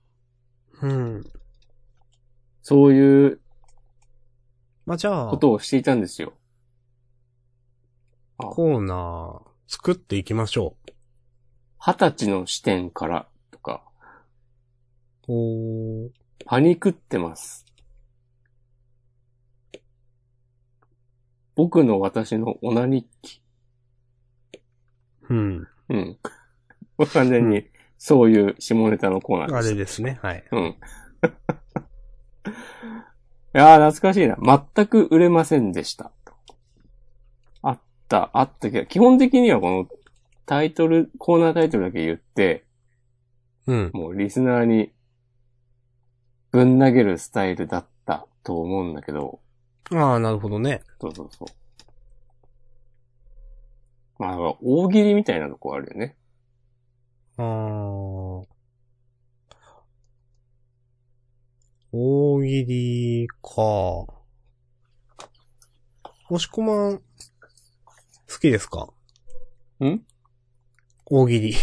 Speaker 2: うん。
Speaker 1: そういう
Speaker 2: まあ、じゃあ
Speaker 1: こ、とをしていたんですよ。
Speaker 2: コーナー、作っていきましょ
Speaker 1: 二十歳の視点からとか、
Speaker 2: う。おー。
Speaker 1: パニクってます。僕の私のオナ日記。
Speaker 2: うん。
Speaker 1: うん。もう完全に、そういう下ネタのコーナー
Speaker 2: あ
Speaker 1: で
Speaker 2: れ
Speaker 1: し
Speaker 2: ですね、はい。
Speaker 1: た。うん。 [LAUGHS] いやー、懐かしいな。全く売れませんでした。あった、あったけど、基本的にはこのタイトル、コーナータイトルだけ言って、
Speaker 2: うん。
Speaker 1: もうリスナーにぶん投げるスタイルだったと思うんだけど、
Speaker 2: ああ、なるほどね。
Speaker 1: そうそうそう。まあ、だから大喜利みたいなとこあるよね。
Speaker 2: あー。大喜利か。押し込まん、好きですか
Speaker 1: ん
Speaker 2: 大喜利。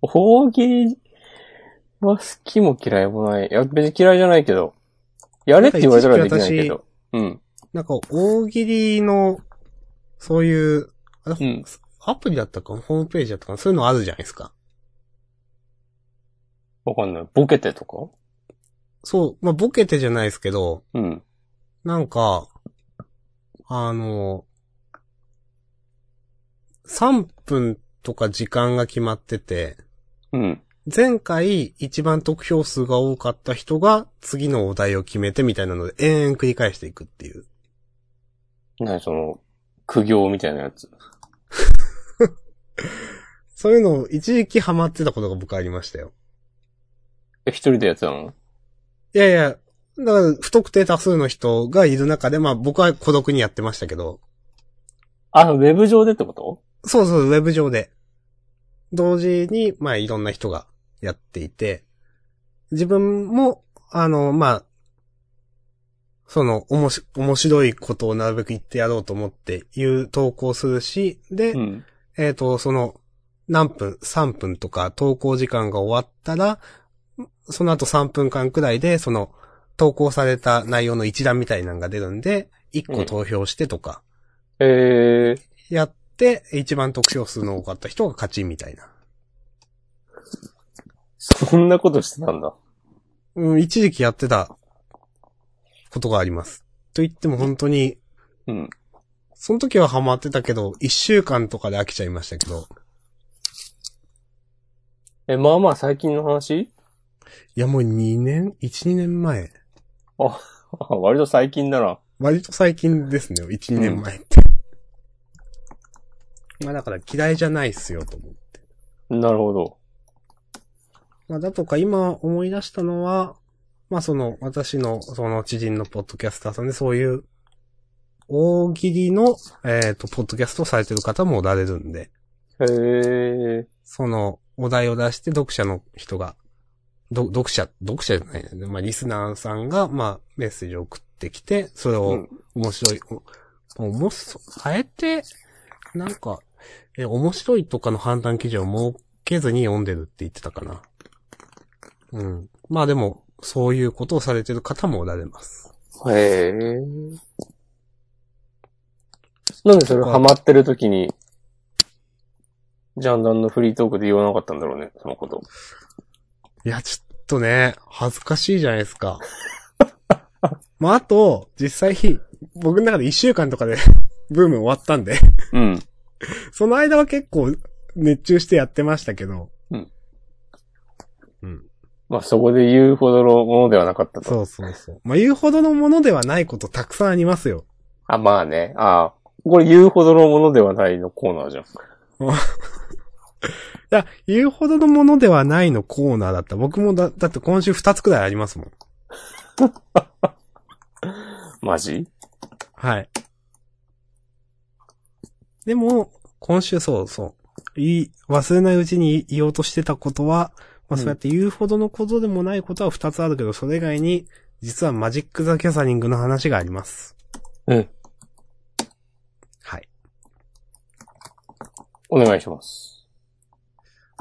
Speaker 1: 大喜利は好きも嫌いもない。いや、別に嫌いじゃないけど、やれって言われたらできないけど。うん。
Speaker 2: なんか、大喜利の、そういう、あ
Speaker 1: う
Speaker 2: れ、
Speaker 1: ん
Speaker 2: アプリだったか、ホームページだったか、そういうのあるじゃないですか。
Speaker 1: わかんない。ボケてとか
Speaker 2: そう、まあ、ボケてじゃないですけど、
Speaker 1: うん。
Speaker 2: なんか、あの、3分とか時間が決まってて、
Speaker 1: うん。
Speaker 2: 前回一番得票数が多かった人が次のお題を決めてみたいなので延々繰り返していくっていう。
Speaker 1: なにその、苦行みたいなやつ。
Speaker 2: そういうのを一時期ハマってたことが僕ありましたよ。
Speaker 1: え、一人でやってたの
Speaker 2: いやいや、だから不特定多数の人がいる中で、まあ僕は孤独にやってましたけど、
Speaker 1: あ、ウェブ上でってこと
Speaker 2: そうそう、ウェブ上で。同時に、まあいろんな人がやっていて、自分も、あの、まあ、その、おもし、面白いことをなるべく言ってやろうと思って、いう投稿するし、で、
Speaker 1: うん。
Speaker 2: えっ、と、その、何分、3分とか投稿時間が終わったら、その後3分間くらいで、その、投稿された内容の一覧みたいなのが出るんで、1
Speaker 1: う
Speaker 2: 個
Speaker 1: ん
Speaker 2: 投票してとか、
Speaker 1: えー、
Speaker 2: やって、一番得票数の多かった人が勝ちみたいな。
Speaker 1: そんなことしてたんだ。
Speaker 2: うん、一時期やってたことがあります。と言っても本当に、
Speaker 1: うん。
Speaker 2: その時はハマってたけど、一週間とかで飽きちゃいましたけど、
Speaker 1: え、まあまあ最近の話 [LAUGHS]
Speaker 2: いやもう2年、1、2年前。
Speaker 1: あ割と最近だな。
Speaker 2: 割と最近ですね、1、2年前って。まあだから嫌いじゃないっすよ、と思う。
Speaker 1: なるほど。
Speaker 2: まあだとか今思い出したのは、まあその私のその知人のポッドキャスターさんでそういう大喜利の、えっ、と、ポッドキャストをされてる方もおられるんで、
Speaker 1: へえ。
Speaker 2: そのお題を出して読者の人が、ど読者、読者じゃないね。まあリスナーさんが、まあメッセージを送ってきて、それ
Speaker 1: う
Speaker 2: を
Speaker 1: ん。
Speaker 2: 面白い、お面白い、変えて、なんか、え、面白いとかの判断基準を設けずに読んでるって言ってたかな。うん。まあでも、そういうことをされてる方もおられます。
Speaker 1: へえ。なんでそれハマってる時に、ジャンダンのフリートークで言わなかったんだろうね、そのこと。
Speaker 2: いや、ちょっとね、恥ずかしいじゃないです [LAUGHS] か。まああと、実際、僕の中で一週間とかで [LAUGHS] ブーム終わったんで、
Speaker 1: うん。
Speaker 2: その間は結構熱中してやってましたけど、
Speaker 1: まあそこで言うほどのものではなかったと。
Speaker 2: そうそうそう。まあ言うほどのものではないことたくさんありますよ。
Speaker 1: あ、まあね。ああ。これ言うほどのものではないのコーナーじゃん。
Speaker 2: いや、言うほどのものではないのコーナーだった。僕もだ、だって今週2つくらいありますもん。
Speaker 1: マジ
Speaker 2: はい。でも、今週そうそう。いい、忘れないうちに言おうとしてたことは、まあそうやって言うほどのことでもないことは2つあるけど、それ以外に、実はマジック・ザ・キャサリングの話があります。
Speaker 1: うん。
Speaker 2: はい。
Speaker 1: お願いします。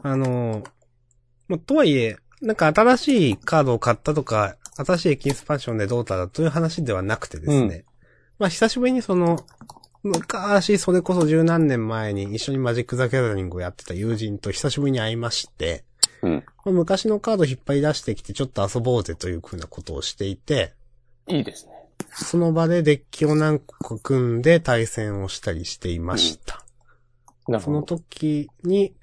Speaker 2: あのーまあ、とはいえ、なんか新しいカードを買ったとか、新しいエキスパンションでどうたらという話ではなくてですね。
Speaker 1: うん
Speaker 2: まあ、久しぶりにその、昔、それこそ十何年前に一緒にマジック・ザ・ギャザリングをやってた友人と久しぶりに会いまして、
Speaker 1: うん。
Speaker 2: まあ昔のカード引っ張り出してきてちょっと遊ぼうぜというふうなことをしていて、
Speaker 1: いいですね。
Speaker 2: その場でデッキを何個か組んで対戦をしたりしていました。
Speaker 1: なる
Speaker 2: そ
Speaker 1: ほ
Speaker 2: の
Speaker 1: ど。
Speaker 2: 時に、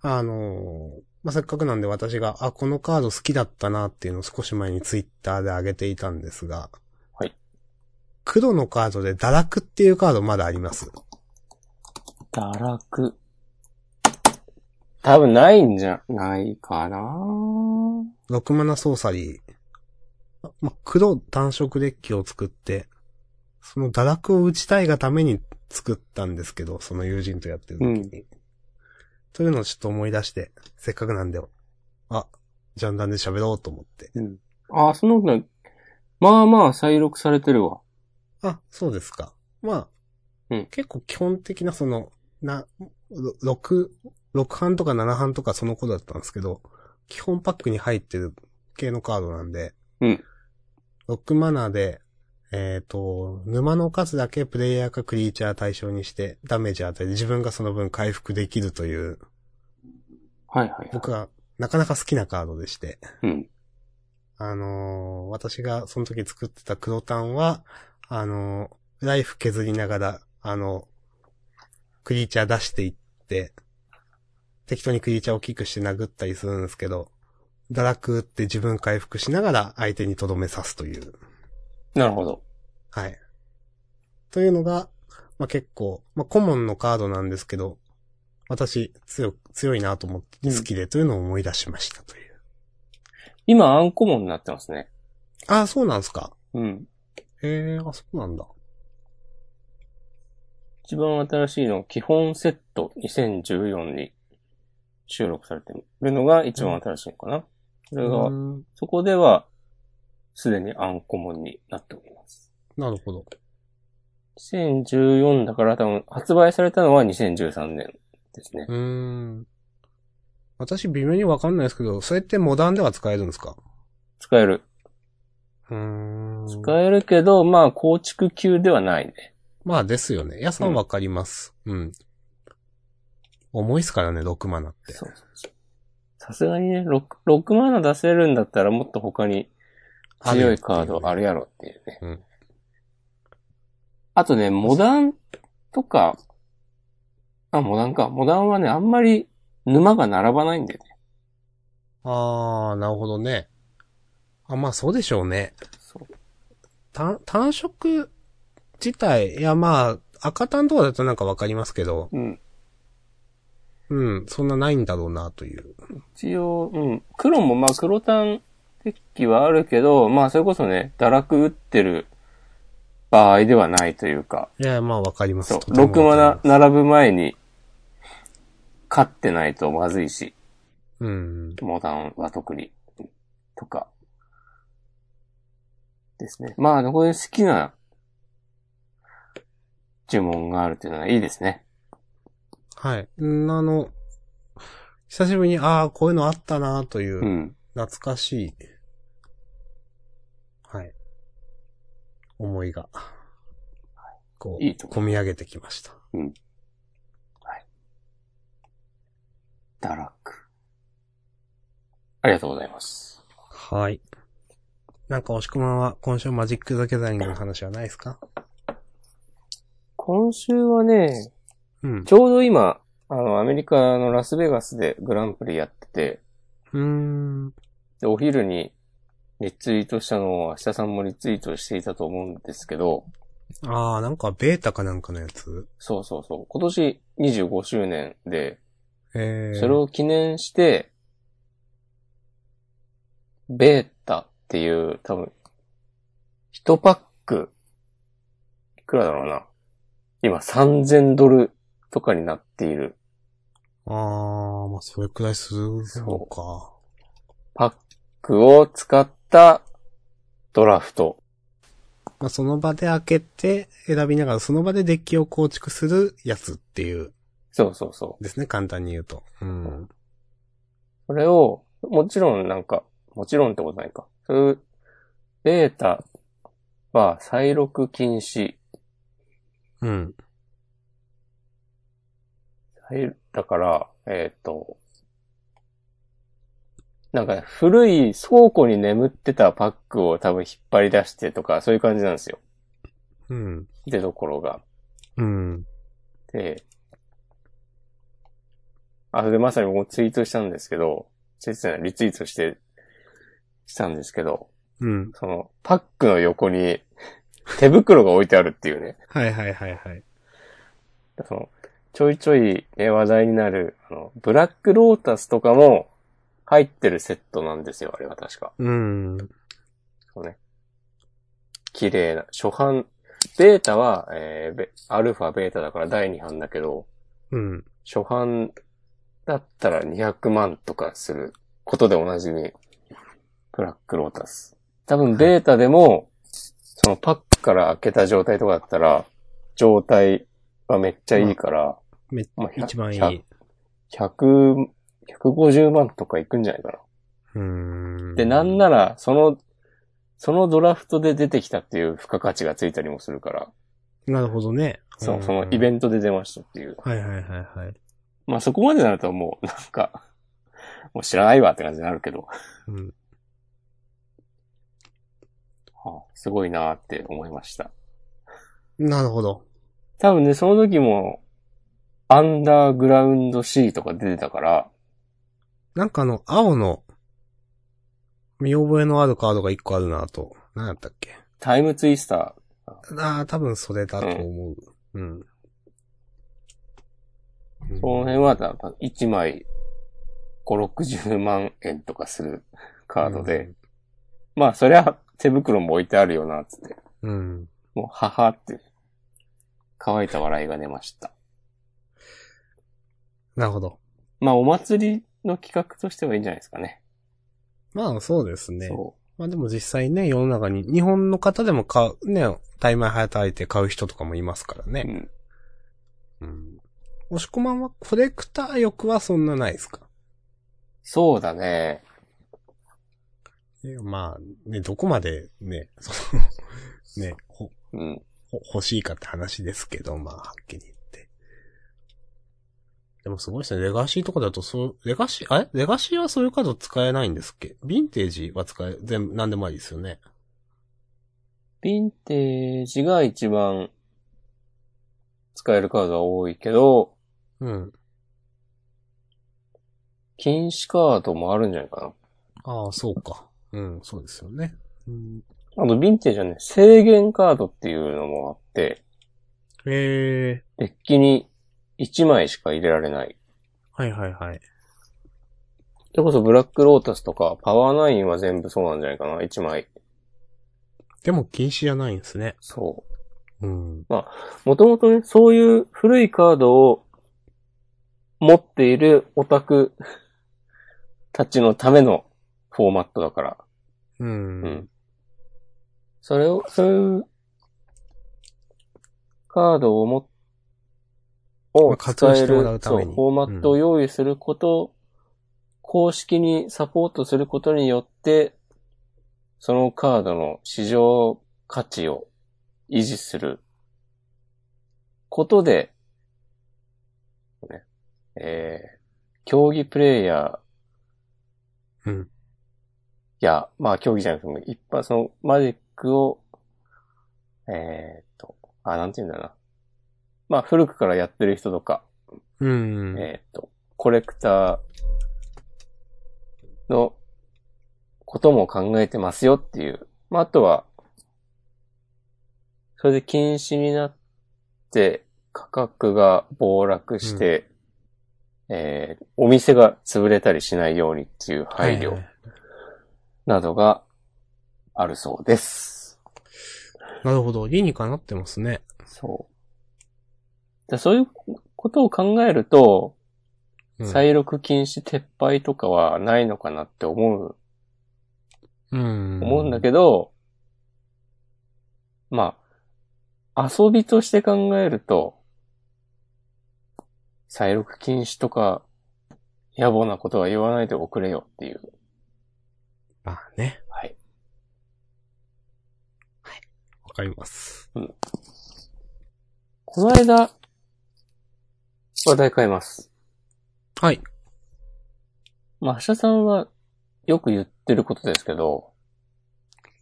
Speaker 2: あのー、まあ、せっかくなんで私が、あ、このカード好きだったなっていうのを少し前にツイッターで上げていたんですが、
Speaker 1: はい。
Speaker 2: 黒のカードで堕落っていうカードまだあります。
Speaker 1: 堕落。多分ないんじゃないかな
Speaker 2: 6マナソーサリー。まあ、黒単色デッキを作って、その堕落を打ちたいがために作ったんですけど、その友人とやってる時に。というのをちょっと思い出して、せっかくなんで、あ、ジャンダンで喋ろうと思って。
Speaker 1: うん。あ、そのないまあまあ再録されてるわ。
Speaker 2: あ、そうですか。まあ、
Speaker 1: うん
Speaker 2: 結構基本的なその、な、6、6班とか7班とかその子だったんですけど、基本パックに入ってる系のカードなんで、
Speaker 1: うん
Speaker 2: ロックマナーで、えっ、と、沼の数だけプレイヤーかクリーチャー対象にしてダメージを与えて自分がその分回復できるという、
Speaker 1: はいはい。
Speaker 2: 僕はなかなか好きなカードでして。
Speaker 1: うん。
Speaker 2: あのー私がその時作ってた黒炭は、あのーライフ削りながら、あのクリーチャー出していって、適当にクリーチャーを大きくして殴ったりするんですけど、堕落って自分回復しながら相手にとどめ刺すという。
Speaker 1: なるほど。
Speaker 2: はい。というのが、まあ、結構、まあ、コモンのカードなんですけど、私、強く、強いなと思って好きでというのを思い出しましたという。
Speaker 1: 今アンコモンになってますね。
Speaker 2: ああ、そうなんですか。
Speaker 1: うん。
Speaker 2: へえ、あ、そうなんだ。
Speaker 1: 一番新しいの、基本セット2014に収録されてるのが一番新しいのかな。それ
Speaker 2: う
Speaker 1: が、
Speaker 2: ん
Speaker 1: そこでは、すでにアンコモンになっております。
Speaker 2: なるほど。
Speaker 1: 2014だから多分、発売されたのは2013年ですね。
Speaker 2: うーん。私、微妙にわかんないですけど、それってモダンでは使えるんですか
Speaker 1: 使える。
Speaker 2: うーん。
Speaker 1: 使えるけど、まあ、構築級ではないね。
Speaker 2: まあですよね。やさんわかります。うん。重いっすからね、6マナって。
Speaker 1: そうそうそう。さすがにね、6、6マナ出せるんだったらもっと他に強いカードあるやろっていうね。
Speaker 2: うん
Speaker 1: あとね、モダンとか、あ、モダンか。モダンはね、あんまり沼が並ばないんだよね。
Speaker 2: あー、なるほどね。あ、まあそうでしょうね。
Speaker 1: そう。
Speaker 2: 単、単色自体、いやまあ、赤単とかだとなんかわかりますけど、
Speaker 1: うん。
Speaker 2: うん、そんなないんだろうなという。
Speaker 1: 一応、うん。黒もまあ黒単デッキはあるけど、まあそれこそね、堕落打ってる場合ではないというか、
Speaker 2: いや、まあわかります。
Speaker 1: そう、
Speaker 2: とても
Speaker 1: 6マ
Speaker 2: わ
Speaker 1: ナ
Speaker 2: かりま
Speaker 1: 並ぶ前に、勝ってないとまずいし、
Speaker 2: す。うん。
Speaker 1: モダンは特に、とか、ですね。まあ、これ好きな呪文があるというのはいいですね。
Speaker 2: はい。んあの、久しぶりに、ああ、こういうのあったなというう、
Speaker 1: ん。
Speaker 2: 懐かしい、はい。思いが、こう、
Speaker 1: いいと思
Speaker 2: 込み上げてきました。
Speaker 1: 堕落。ありがとうございます。
Speaker 2: はい。なんか、押し込まんは、今週マジック・ザ・ギャザリングの話はないですか
Speaker 1: 今週はね、
Speaker 2: うん。
Speaker 1: ちょうど今、あの、アメリカのラスベガスでグランプリやってて、
Speaker 2: うーん。
Speaker 1: で、お昼にリツイートしたのを明日さんもリツイートしていたと思うんですけど、
Speaker 2: ああ、なんか、ベータかなんかのやつ
Speaker 1: そうそうそう、今年25周年で、
Speaker 2: ええー。
Speaker 1: それを記念して、ベータっていう、多分、一パック、いくらだろうな。今3000ドルとかになっている
Speaker 2: ああ、まあ、それくらいするのか。
Speaker 1: パックを使ったドラフト。
Speaker 2: まあ、その場で開けて、選びながら、その場でデッキを構築するやつっていう、
Speaker 1: そうそうそう。
Speaker 2: ですね、簡単に言うと。うん。
Speaker 1: それを、もちろんなんか、もちろんってことないか。そういう、ベータは再録禁止。
Speaker 2: うん。
Speaker 1: はい、だから、えーっ、と、なんか古い倉庫に眠ってたパックを多分引っ張り出してとか、そういう感じなんですよ。
Speaker 2: うん。
Speaker 1: 出どころが。
Speaker 2: うん。
Speaker 1: で、あ、それでまさに僕もツイートしたんですけど、ツイートじゃないリツイートして、したんですけど、
Speaker 2: うん。
Speaker 1: その、パックの横に手袋が置いてあるっていうね。
Speaker 2: はいはいはいはい。
Speaker 1: その、ちょいちょい、ね、話題になる、あの、ブラックロータスとかも入ってるセットなんですよ、あれは確か。
Speaker 2: うん。
Speaker 1: そうね。綺麗な、初版、ベータは、えーベ、アルファ、ベータだから第2版だけど、
Speaker 2: うん。
Speaker 1: 初版だったら200万とかすることでおなじみ、ブラックロータス。多分ベータでも、そのパックから開けた状態とかだったら、状態はめっちゃいいから、
Speaker 2: め
Speaker 1: まあひゃ
Speaker 2: 一番い
Speaker 1: ひゃ
Speaker 2: い。
Speaker 1: 100、150万とかいくんじゃないかな。
Speaker 2: うん。
Speaker 1: で、なんなら、その、そのドラフトで出てきたっていう付加価値がついたりもするから、
Speaker 2: なるほどね。
Speaker 1: そうう、
Speaker 2: ん
Speaker 1: そのイベントで出ましたっていう。
Speaker 2: はいはいはいはい。
Speaker 1: まあそこまでなるともう、なんか、もう知らないわって感じになるけど、
Speaker 2: うん。
Speaker 1: はあすごいなーって思いました。
Speaker 2: なるほど。
Speaker 1: 多分ね、その時も、アンダーグラウンド C とか出てたから、
Speaker 2: なんかあの、青の、見覚えのあるカードが一個あるなと。何やったっけ
Speaker 1: タイムツイスタ
Speaker 2: ああ、多分それだと思う。うん。うん
Speaker 1: ー、その辺は多分1枚5、60万円とかするカードで、。まあそりゃ手袋も置いてあるよな、つって。
Speaker 2: うん。
Speaker 1: もう、母って、乾いた笑いが出ました。
Speaker 2: なるほど。
Speaker 1: まあ、お祭りの企画としてはいいんじゃないですかね。
Speaker 2: まあそうですね。
Speaker 1: そ
Speaker 2: まあでも実際ね、世の中に、日本の方でも買う、ね、タイマー働いて買う人とかもいますか
Speaker 1: う。
Speaker 2: ら
Speaker 1: う
Speaker 2: ね。
Speaker 1: ん。
Speaker 2: うん。押し込まんはコレクター欲はそんなないですか
Speaker 1: そうだね。
Speaker 2: いやまあ、ね、どこまでね、その、ね、ほ、
Speaker 1: うん。
Speaker 2: ほ欲しいかって話ですけど、まあ、はっきり言って。でもすごいですね。レガシーとかだと、そう、レガシー、あれレガシーはそういうカード使えないんですっけヴィンテージは使え、全部、なんでもありですよね。
Speaker 1: ヴィンテージが一番使えるカードは多いけど、
Speaker 2: うん。
Speaker 1: 禁止カードもあるんじゃないか
Speaker 2: ああ、そうか。うん、そうですよね。うん、
Speaker 1: な。あと、ヴィンテージはね、制限カードっていうのもあって、
Speaker 2: ええ
Speaker 1: デッキに1枚しか入れられない。
Speaker 2: はいはいはい。
Speaker 1: それこそブラックロータスとか、パワーナインは全部そうなんじゃないかな、1枚。
Speaker 2: でも禁止じゃないんですね。
Speaker 1: そう。
Speaker 2: うん。
Speaker 1: もともとね、そういう古いカードを持っているオタクたちのためのフォーマットだから。
Speaker 2: うん。
Speaker 1: うんそれを、そういうカードをも、
Speaker 2: ま
Speaker 1: を
Speaker 2: あ活用
Speaker 1: 使
Speaker 2: し
Speaker 1: え
Speaker 2: ても
Speaker 1: る、
Speaker 2: らうた
Speaker 1: そ
Speaker 2: め
Speaker 1: う、
Speaker 2: に
Speaker 1: フォーマットを用意すること、公式にサポートすることによって、そのカードの市場価値を維持することで、ね、えー、競技プレイヤー、
Speaker 2: うん
Speaker 1: いや、まあ競技じゃなくても、一般、そのマジックを、えーっと、あ、なんて言うんだろうな。まあ古くからやってる人とか、
Speaker 2: うん。
Speaker 1: えーっと、コレクターのことも考えてますよっていう。まああとは、それで禁止になって、価格が暴落して、えーお店が潰れたりしないようにっていう配慮
Speaker 2: はい
Speaker 1: などがあるそうです。
Speaker 2: なるほど。理にかなってますね。
Speaker 1: そう。だそういうことを考えると、
Speaker 2: うん
Speaker 1: 再録禁止撤廃とかはないのかなって思う、
Speaker 2: うん。
Speaker 1: 思うんだけど、まあ、遊びとして考えると、再録禁止とか、野暮なことは言わないでおくれよっていう。
Speaker 2: まあね。
Speaker 1: はい。
Speaker 2: わかります。
Speaker 1: この間、話題変えます。
Speaker 2: はい。
Speaker 1: まあ、明日さんはよく言ってることですけど、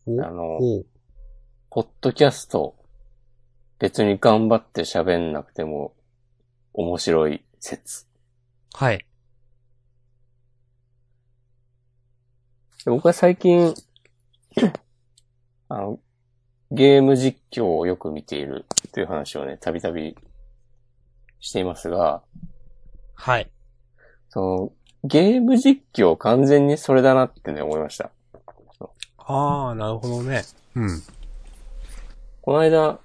Speaker 2: お
Speaker 1: あの、
Speaker 2: お
Speaker 1: ポッドキャスト、別に頑張って喋んなくても面白い説。
Speaker 2: はい。
Speaker 1: で僕は最近、あの、ゲーム実況をよく見ているという話をね、たびたびしていますが、
Speaker 2: はい。
Speaker 1: その、ゲーム実況完全にそれだなってね、思いました。
Speaker 2: ああ、なるほどね。うん。
Speaker 1: この間、あ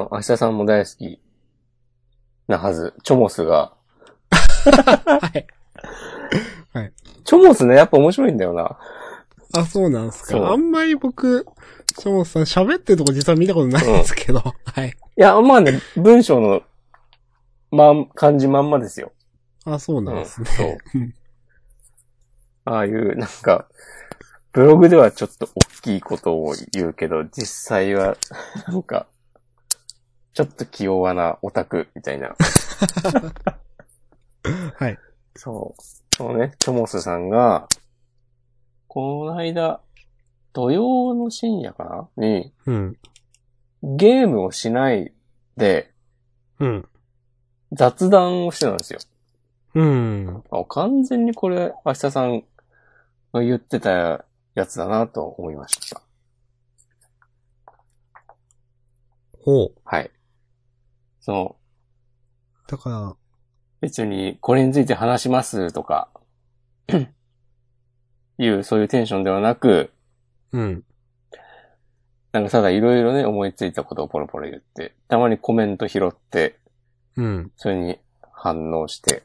Speaker 1: の明日さんも大好きなはず、チョモスが、
Speaker 2: はい。
Speaker 1: チョモスね、やっぱ面白いんだよな。
Speaker 2: [LAUGHS] あ、そうなんです
Speaker 1: そう
Speaker 2: か。あんまり僕、ショモさん喋ってるとこ実は見たことないんですけど。はい。
Speaker 1: いや、まあね、文章の、まん、感じまんまですよ。
Speaker 2: あ、そうなんですね。
Speaker 1: そう。ああいう、なんか、ブログではちょっと大きいことを言うけど、実際は、なんか、ちょっと器用なオタクみたいな。
Speaker 2: はい。
Speaker 1: そう。そのね、チョモスさんが、この間、土曜の深夜かなに、
Speaker 2: うん。
Speaker 1: ゲームをしないで
Speaker 2: うん。
Speaker 1: 雑談をしてたんですよ。
Speaker 2: うん。
Speaker 1: あ完全にこれ、明日さんが言ってたやつだなと思いました。
Speaker 2: ほう。
Speaker 1: はい。その、
Speaker 2: だから、
Speaker 1: 別にこれについて話しますとか、 [CLEARS THROAT] いう、そういうテンションではなく、
Speaker 2: うん。
Speaker 1: なんかただいろいろね、思いついたことをポロポロ言って、たまにコメント拾って、
Speaker 2: うん。
Speaker 1: それに反応して、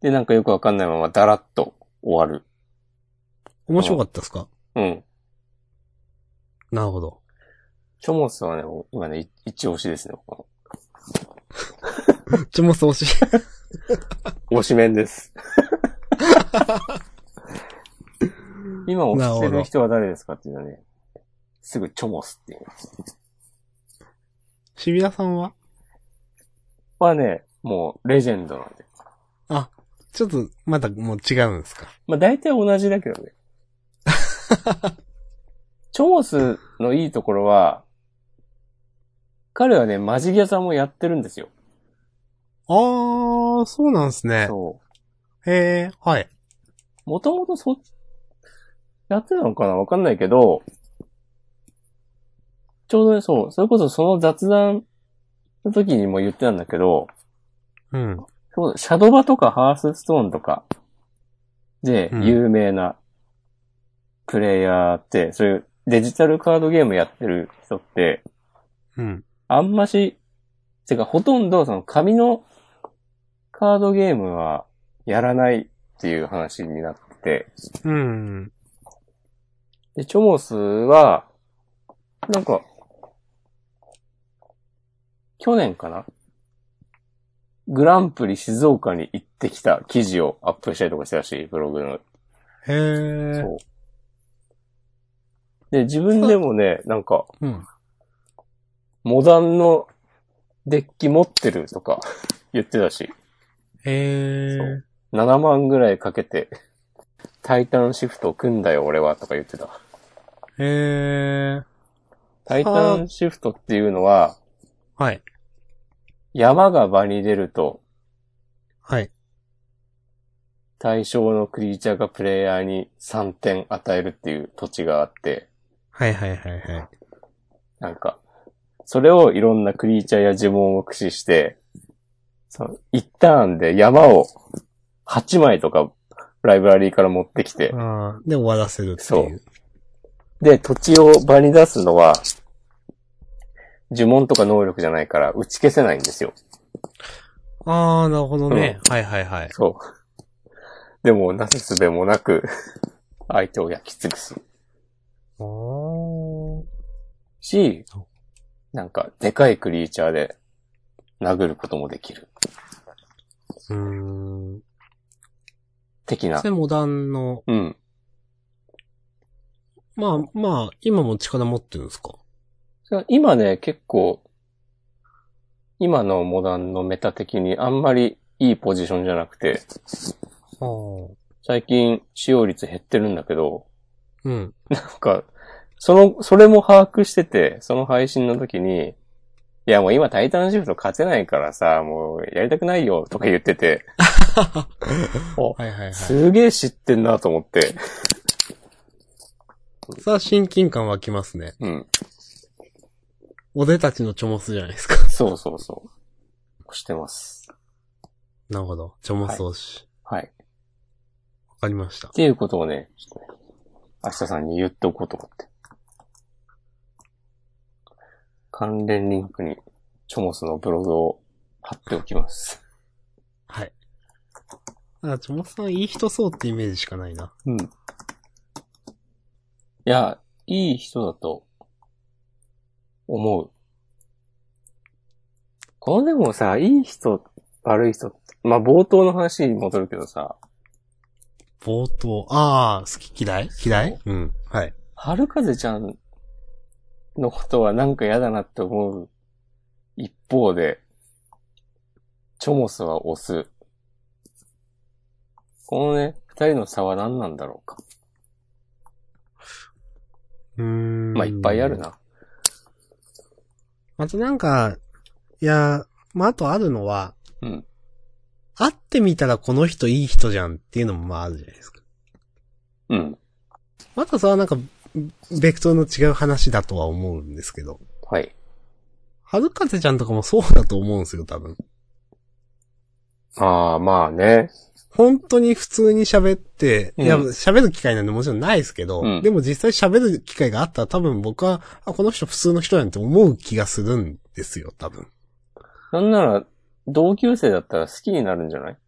Speaker 1: で、なんかよくわかんないままだらっと終わる。
Speaker 2: 面白かったですか
Speaker 1: うん。
Speaker 2: なるほど。
Speaker 1: チョモスはね、今ね、い一押しですね、僕の
Speaker 2: ちょもそうし。 [LAUGHS]
Speaker 1: 推しメンです。 [LAUGHS] 今推してる人は誰ですかっていうのはね、すぐチョモスって言います。
Speaker 2: 渋谷さんは
Speaker 1: まあね、もうレジェンドなんで。
Speaker 2: あ、ちょっと、まだもう違うんですか。
Speaker 1: まあ大体同じだけ [LAUGHS] どね。チョモスのいいところは、彼はね、マジギャさんもやってるんですよ。
Speaker 2: あー、そうなんですね。
Speaker 1: そ
Speaker 2: へー、はい。
Speaker 1: う。もともとそ、やってたのかなわかんないけど、ちょうどね、そう、それこそその雑談の時にも言ってたんだけど、
Speaker 2: うん。
Speaker 1: そう、シャドバとかハースストーンとかで
Speaker 2: うん
Speaker 1: 有名なプレイヤーって、そういうデジタルカードゲームやってる人って、
Speaker 2: うん。
Speaker 1: あんまし、てかほとんどその紙のカードゲームはやらないっていう話になってて、
Speaker 2: うん。
Speaker 1: で、チョモスは、なんか、去年かなグランプリ静岡に行ってきた記事をアップしたりとかしてたし、ブログの。
Speaker 2: へー。
Speaker 1: そう。で、自分でもね、なんか、
Speaker 2: うん。
Speaker 1: モダンのデッキ持ってるとか [LAUGHS] 言ってたし、
Speaker 2: へ
Speaker 1: そ
Speaker 2: ー
Speaker 1: う。7万ぐらいかけて、タイタンシフトを組んだよ、俺は、とか言ってた。
Speaker 2: へー。
Speaker 1: タイタンシフトっていうのは、
Speaker 2: はい。
Speaker 1: 山が場に出ると、
Speaker 2: はい。
Speaker 1: 対象のクリーチャーがプレイヤーに3点与えるっていう土地があって、
Speaker 2: はいはいはいはい。
Speaker 1: なんか、それをいろんなクリーチャーや呪文を駆使して、その、1ターンで山を8枚とかライブラリーから持ってきて、
Speaker 2: あーで終わらせるっていう。
Speaker 1: で、土地を場に出すのは、呪文とか能力じゃないから打ち消せないんですよ。
Speaker 2: あー、なるほどね。はいはいはい。
Speaker 1: そう。でも、なすすべもなく、相手を焼き尽くす。
Speaker 2: あー。
Speaker 1: し
Speaker 2: そう、
Speaker 1: なんか、でかいクリーチャーで殴ることもできる。
Speaker 2: うーん。
Speaker 1: 的な
Speaker 2: それ。モダンの、
Speaker 1: うん。
Speaker 2: まあまあ、今も力持ってるんですか
Speaker 1: それ今ね、結構、今のモダンのメタ的にあんまりいいポジションじゃなくて、
Speaker 2: あー。
Speaker 1: 最近使用率減ってるんだけど、
Speaker 2: うん。
Speaker 1: なんか、その、それも把握してて、その配信の時に、いやもう今タイタンシフト勝てないからさ、もうやりたくないよとか言ってて、お
Speaker 2: はいはいはい。そ
Speaker 1: すげえ知ってんなと思って、
Speaker 2: れは親近感湧きますね。
Speaker 1: うん。
Speaker 2: 俺たちのチョモスじゃないですか。 [LAUGHS]
Speaker 1: そうそうそう。してます。
Speaker 2: なるほど。チョモス推し。
Speaker 1: はい。
Speaker 2: わかりました
Speaker 1: っ。ていうことをね、ちょっとね、明日さんに言っておこうと思って。関連リンクに、チョモスのブログを貼っておきます。
Speaker 2: はい。あ、チョモスさんいい人そうってイメージしかないな。
Speaker 1: うん。いや、いい人だと、思う。このでもさ、いい人、悪い人って、まあ、冒頭の話に戻るけどさ、
Speaker 2: 冒頭。ああ、好き嫌い嫌いうん。はい。
Speaker 1: 春風ちゃんのことはなんか嫌だなって思う一方で、チョモスはオス。このね、二人の差は何なんだろうか。
Speaker 2: うーん。
Speaker 1: まあ、いっぱいある。な。
Speaker 2: あとなんか、いや、まあ、あとあるのは、
Speaker 1: うん。
Speaker 2: 会ってみたらこの人いい人じゃんっていうのもまああるじゃないですか。
Speaker 1: うん。
Speaker 2: またそれはなんか、ベクトルの違う話だとは思うんですけど。
Speaker 1: はい。
Speaker 2: 春風ちゃんとかもそうだと思うんですよ、多分。
Speaker 1: ああ、まあね。
Speaker 2: 本当に普通に喋って、
Speaker 1: うん
Speaker 2: いや、喋る機会なんてもちろんないですけど、
Speaker 1: うん
Speaker 2: でも実際喋る機会があったら多分僕は、あ、この人普通の人なんて思う気がするんですよ、多分。
Speaker 1: なんなら、同級生だったら好きになるんじゃない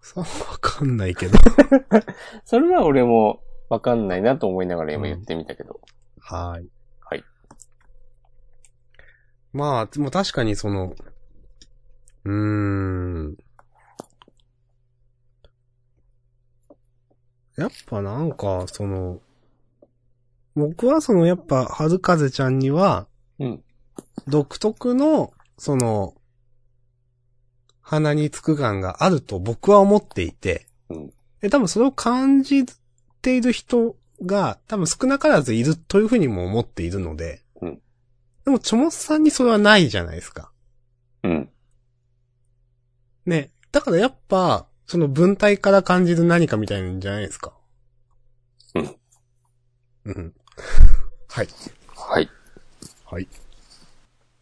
Speaker 2: そう、わかんないけど。
Speaker 1: それは俺もわかんないなと思いながら今言ってみたけど。
Speaker 2: はい。
Speaker 1: はい。
Speaker 2: まあ、でも確かにその、うーん。やっぱなんか、その、僕はそのやっぱ、春風ちゃんには、
Speaker 1: うん。
Speaker 2: 独特の、その、鼻につく感があると僕は思っていて、
Speaker 1: うん
Speaker 2: で多分それを感じている人が多分少なからずいるというふうにも思っているので、
Speaker 1: うん
Speaker 2: でも、チョモスさんにそれはないじゃないですか。
Speaker 1: うん。
Speaker 2: ね。だからやっぱ、その文体から感じる何かみたいなんじゃないですか。
Speaker 1: うん。
Speaker 2: うん。はい。
Speaker 1: はい。
Speaker 2: はい。い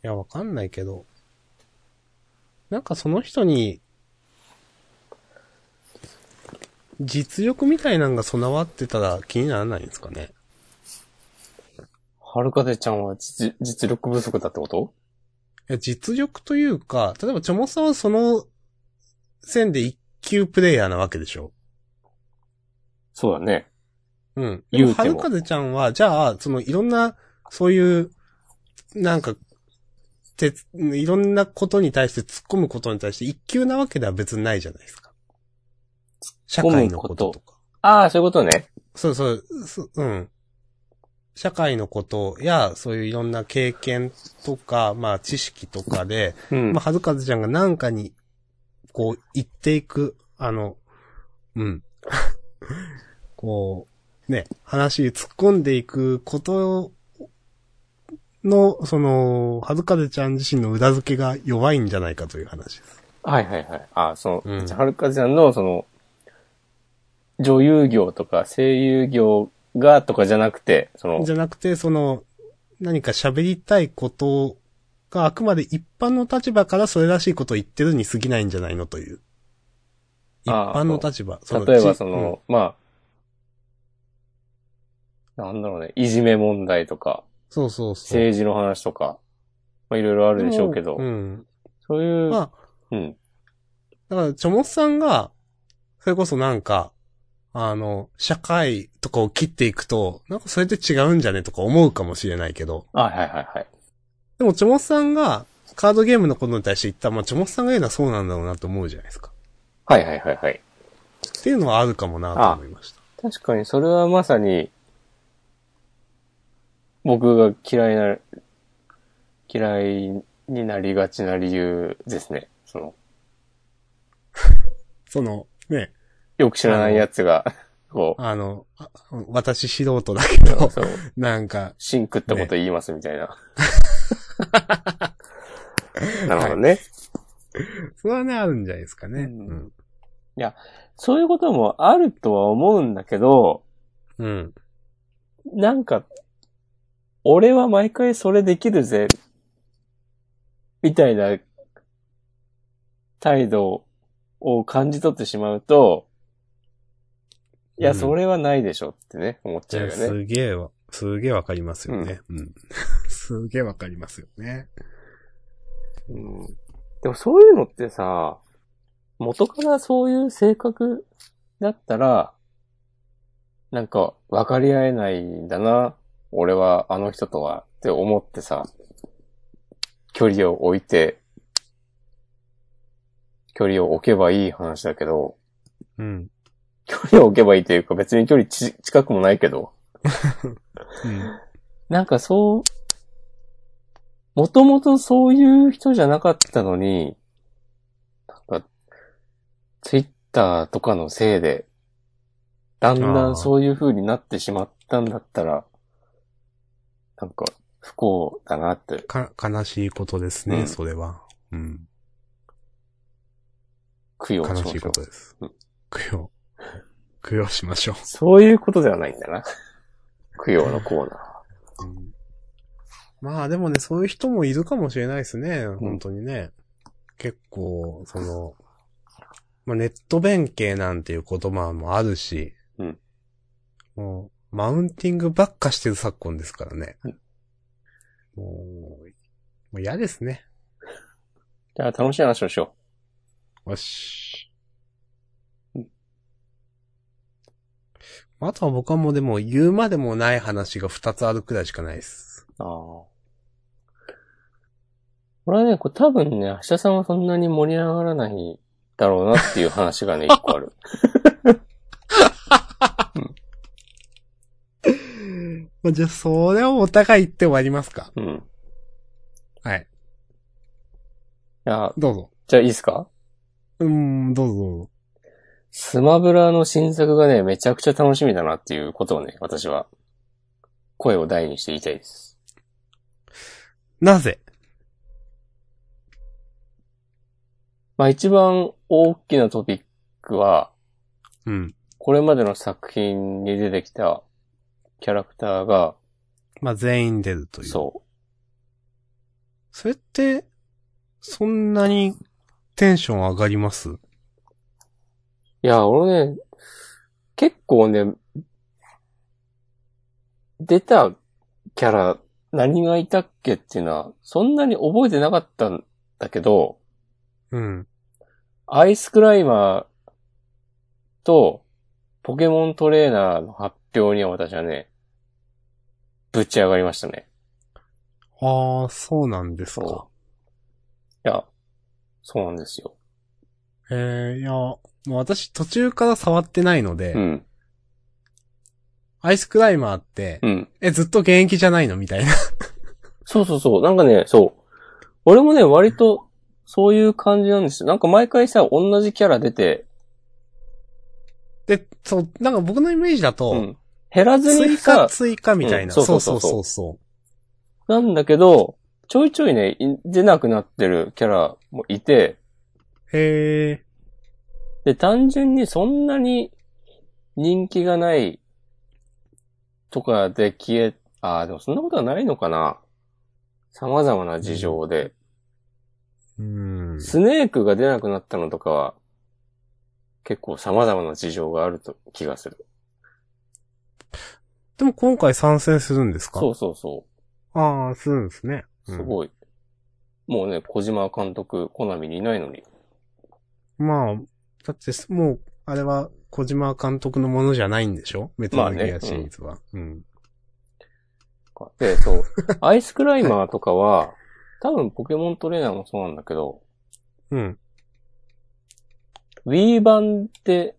Speaker 2: や、わかんないけど。なんかその人に、実力みたいなのが備わってたら気にならないんですかね。
Speaker 1: はるかぜちゃんは実実力不足だってこと
Speaker 2: いや、実力というか、例えばチョモさんはその線で一級プレイヤーなわけでしょ。
Speaker 1: そうだね。
Speaker 2: うん。
Speaker 1: 言うて
Speaker 2: は
Speaker 1: も
Speaker 2: るかぜちゃんは、じゃあ、そのいろんな、そういう、なんか、て、いろんなことに対して突っ込むことに対して一級なわけでは別にないじゃないですか。社
Speaker 1: 込むこと
Speaker 2: 会のこととか。
Speaker 1: ああ、そういうことね。
Speaker 2: そうそう、そうん。社会のことや、そういういろんな経験とか、まあ知識とかで、
Speaker 1: うん
Speaker 2: まあ、はずかずちゃんがなんかに、こう、行っていく、あの、うん。 [LAUGHS] こう、ね、話に突っ込んでいくことの、その、はずかずちゃん自身の裏付けが弱いんじゃないかという話です。
Speaker 1: はいはいはい。ああ、その、
Speaker 2: うん
Speaker 1: じゃあはるかぜちゃんのその、女優業とか声優業がとかじゃなくて、その、
Speaker 2: じゃなくて、その、何か喋りたいことがあくまで一般の立場からそれらしいことを言ってるに過ぎないんじゃないのという。一
Speaker 1: ああ
Speaker 2: 般の立場。その
Speaker 1: 例えば
Speaker 2: ち
Speaker 1: そ
Speaker 2: うん
Speaker 1: の、まあ、なんだろうね、いじめ問題とか、
Speaker 2: そうそうそう。
Speaker 1: 政治の話とか、まあいろいろあるでしょうけど、
Speaker 2: もうん。
Speaker 1: そういう、
Speaker 2: まあ、
Speaker 1: うん、
Speaker 2: だから、チョモスさんが、それこそなんか、あの、社会とかを切っていくと、なんかそれって違うんじゃねとか思うかもしれないけど、
Speaker 1: あはいはいはい。
Speaker 2: でもチョモスさんが、カードゲームのことに対して言ったら、まあ、チョモスさんが言うのはそうなんだろうなと思うじゃないですか。
Speaker 1: はいはいはいはい。
Speaker 2: っていうのはあるかもなと思いました。
Speaker 1: 確かにそれはまさに、僕が嫌いな、嫌いになりがちな理由ですね。その、
Speaker 2: その、ね、
Speaker 1: よく知らない奴が、こ
Speaker 2: あの、あ私素人だけど [LAUGHS]
Speaker 1: う、、そう、
Speaker 2: なんか、
Speaker 1: シンクったこと言いますみたいな。 [LAUGHS] なるほどね。
Speaker 2: それはね、あるんじゃないですかね。
Speaker 1: うん
Speaker 2: うん。
Speaker 1: そういうこともあるとは思うんだけど、
Speaker 2: うん。
Speaker 1: なんか、俺は毎回それできるぜ、みたいな態度を感じ取ってしまうと、いや、
Speaker 2: うん
Speaker 1: それはないでしょってね、思っち
Speaker 2: じ
Speaker 1: ゃ
Speaker 2: ゃ
Speaker 1: う
Speaker 2: あ、
Speaker 1: よね。
Speaker 2: すげえわ、すげえわかりますよね。うん。 [LAUGHS] すげえわかりますよね。
Speaker 1: うんでもそういうのってさ、元からそういう性格だったら、なんか分かり合えないんだな、俺はあの人とはって思ってさ、距離を置いて、距離を置けばいい話だけど、
Speaker 2: うん。
Speaker 1: 距離を置けばいいというか別に距離ち近くもないけど、
Speaker 2: うん。
Speaker 1: なんかそう、もともとそういう人じゃなかったのに、なんか、ツイッターとかのせいで、だんだ
Speaker 2: あー
Speaker 1: んそういう風になってしまったんだったら、なんか、不幸だなって。
Speaker 2: か、悲しいことですね、
Speaker 1: うん
Speaker 2: それは。うん。
Speaker 1: 供養し
Speaker 2: 悲
Speaker 1: ましょう
Speaker 2: しいことです。
Speaker 1: う
Speaker 2: 供
Speaker 1: ん
Speaker 2: 養。 [LAUGHS] 供養しましょ
Speaker 1: そういうことではないんだな。供養のコーナー。
Speaker 2: う。まあでもね、そういう人もいるかもしれないですね、本当にね。結構、その、まあネット弁慶なんていう言葉もあるし、
Speaker 1: うん
Speaker 2: もう、マウンティングばっかしてる昨今ですからね。
Speaker 1: うん
Speaker 2: もう、もう嫌ですね。
Speaker 1: じゃあ楽しい話をしよ
Speaker 2: よし
Speaker 1: うん。
Speaker 2: あとは僕はもうでも言うまでもない話が2つあるくらいしかないです。
Speaker 1: う。ああ。これはね、これ多分ね、明日さんはそんなに盛り上がらないだろうなっていう話がね、一個ある。
Speaker 2: まあ、じゃあそれをお互い言って終わりますか。
Speaker 1: うん。
Speaker 2: はい。
Speaker 1: いや、
Speaker 2: どうぞ。
Speaker 1: じゃあいいですか
Speaker 2: うーん、どうぞどうぞ。
Speaker 1: スマブラの新作がね、めちゃくちゃ楽しみだなっていうことをね、私は、声を大にして言いたいです。
Speaker 2: なぜ
Speaker 1: まあ一番大きなトピックは、
Speaker 2: うん。
Speaker 1: これまでの作品に出てきたキャラクターが、
Speaker 2: まあ、全員出るという。
Speaker 1: そう。
Speaker 2: それって、そんなにテンション上がります
Speaker 1: いや、俺ね、結構ね、出たキャラ、何がいたっけっていうのは、そんなに覚えてなかったんだけど、
Speaker 2: うん。
Speaker 1: アイスクライマーとポケモントレーナーの発表には私はね、ぶち上がりましたね。
Speaker 2: ああ、そうなんですか
Speaker 1: そ。う。いや、そうなんですよ。
Speaker 2: ええいや、もう私途中から触ってないので、
Speaker 1: うん。
Speaker 2: アイスクライマーって、
Speaker 1: うん。
Speaker 2: え、ずっと現役じゃないのみたいな。
Speaker 1: そうそうそう。なんかね、そう。俺もね、割と、そういう感じなんですよ。なんか毎回さ、同じキャラ出て、
Speaker 2: で、そう、なんか僕のイメージだと、
Speaker 1: うん。減らずに
Speaker 2: 追加
Speaker 1: さ、
Speaker 2: 追加みたいな。
Speaker 1: うん
Speaker 2: そ
Speaker 1: そうう
Speaker 2: そ
Speaker 1: そうう
Speaker 2: そ
Speaker 1: そうう
Speaker 2: そ
Speaker 1: なんだけど、ちょいちょいね、い出なくなってるキャラもいて、
Speaker 2: う。へえ。
Speaker 1: で、単純にそんなに人気がないとかで消え、ああ、でもそんなことはないのかな。様々な事情で。
Speaker 2: うん。
Speaker 1: スネークが出なくなったのとかは、結構様々な事情があると気がする。
Speaker 2: でも今回参戦するんですか
Speaker 1: そうそうそ
Speaker 2: ああ、するんですね。
Speaker 1: う。
Speaker 2: うん
Speaker 1: すごい。もうね、小島監督、コナミにいないのに。
Speaker 2: まあ、だってすもう、あれは小島監督のものじゃないんでしょメタルギアシリーズは。うん。
Speaker 1: で、
Speaker 2: [LAUGHS]
Speaker 1: そう。アイスクライマーとかは、多分ポケモントレーナーもそうなんだけど、
Speaker 2: うん。
Speaker 1: Wii 版で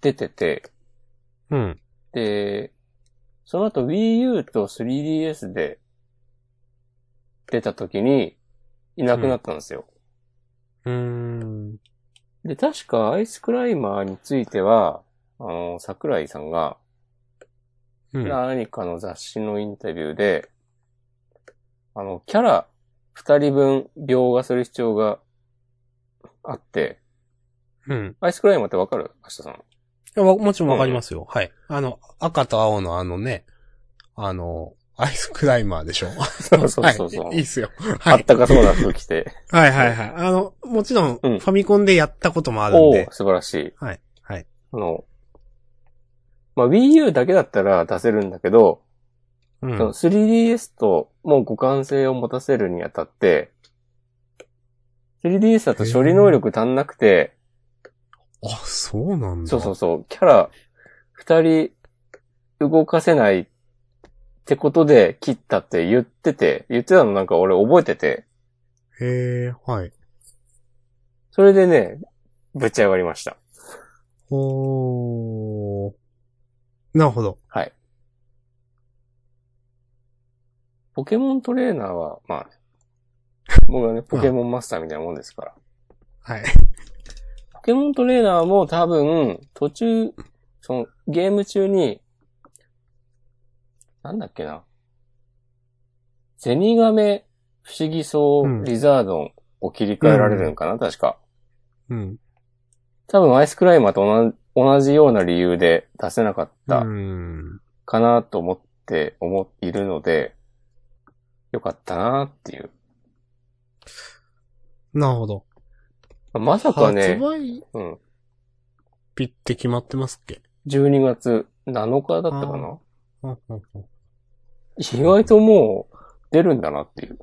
Speaker 1: 出てて、
Speaker 2: うん。
Speaker 1: で、その後 Wii U と 3DS で出た時にいなくなったんですよ。
Speaker 2: うーん。
Speaker 1: で、確かアイスクライマーについては、あの、桜井さんが
Speaker 2: うん。
Speaker 1: 何かの雑誌のインタビューで、あの、キャラ二人分描画する必要があって、
Speaker 2: うん。
Speaker 1: アイスクライマーってわかる明日さん。
Speaker 2: いやわもちろんわかりますよ。はい。あの、赤と青のあのね、あの、アイスクライマーでし
Speaker 1: [LAUGHS]
Speaker 2: ょ
Speaker 1: そうそうそうそう
Speaker 2: はい。いいっすよ。
Speaker 1: あ
Speaker 2: は
Speaker 1: っ
Speaker 2: い。
Speaker 1: たかそうな服着て。
Speaker 2: はいはいはい。あの、もちろん、フ
Speaker 1: うん
Speaker 2: ァミコンでやったこともあるん
Speaker 1: おお
Speaker 2: で
Speaker 1: ー。素晴らしい。
Speaker 2: はい。はい。
Speaker 1: あの、まあ、Wii U だけだったら出せるんだけど、
Speaker 2: う
Speaker 1: その
Speaker 2: ん。
Speaker 1: 3DS ともう互換性を持たせるにあたって、3DS だと処理能力足んなくて、
Speaker 2: あ、そうなんだ。
Speaker 1: そうそうそう、キャラ2人動かせないってことで切ったって言ってて、言ってたのなんか俺覚えてて、
Speaker 2: へえ、はい。
Speaker 1: それでね、ぶち上がりました。
Speaker 2: おー。なるほど。
Speaker 1: はい。ポケモントレーナーは、 [LAUGHS] まあ、僕はね、ポケモンマスターみたいなもんですから。
Speaker 2: はい。
Speaker 1: ポケモントレーナーも多分、途中、その、ゲーム中に、なんだっけな。ゼニガメ、不思議そう
Speaker 2: うん、
Speaker 1: リザードンを切り替えられるんかな、確か。
Speaker 2: うん。
Speaker 1: 多分、アイスクライマーと同じ同じような理由で出せなかっ
Speaker 2: う
Speaker 1: た
Speaker 2: ん。
Speaker 1: かなと思って思いるので、よかったなっていう。
Speaker 2: なるほど。
Speaker 1: まあまさかね
Speaker 2: 発、売
Speaker 1: うん、
Speaker 2: 日って決まってますっけ
Speaker 1: 12月7日だったか
Speaker 2: あ
Speaker 1: な
Speaker 2: うんうんうん
Speaker 1: 意外ともう出るんだなっていう。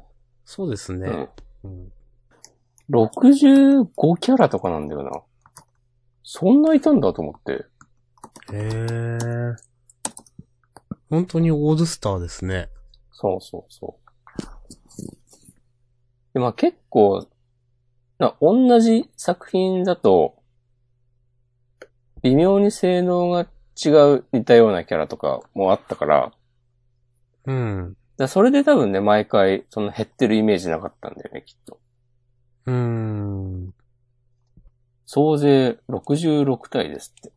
Speaker 2: そうですね。
Speaker 1: うん
Speaker 2: うん
Speaker 1: 65キャラとかなんだよな。そんないたんだと思って。
Speaker 2: へえ。本当にオールスターですね。
Speaker 1: そうそうそう。でまあ結構、な同じ作品だと、微妙に性能が違う似たようなキャラとかもあったから、だか
Speaker 2: うん。
Speaker 1: らそれで多分ね、毎回、その減ってるイメージなかったんだよね、きっと。
Speaker 2: うーん。
Speaker 1: 総勢66体ですって。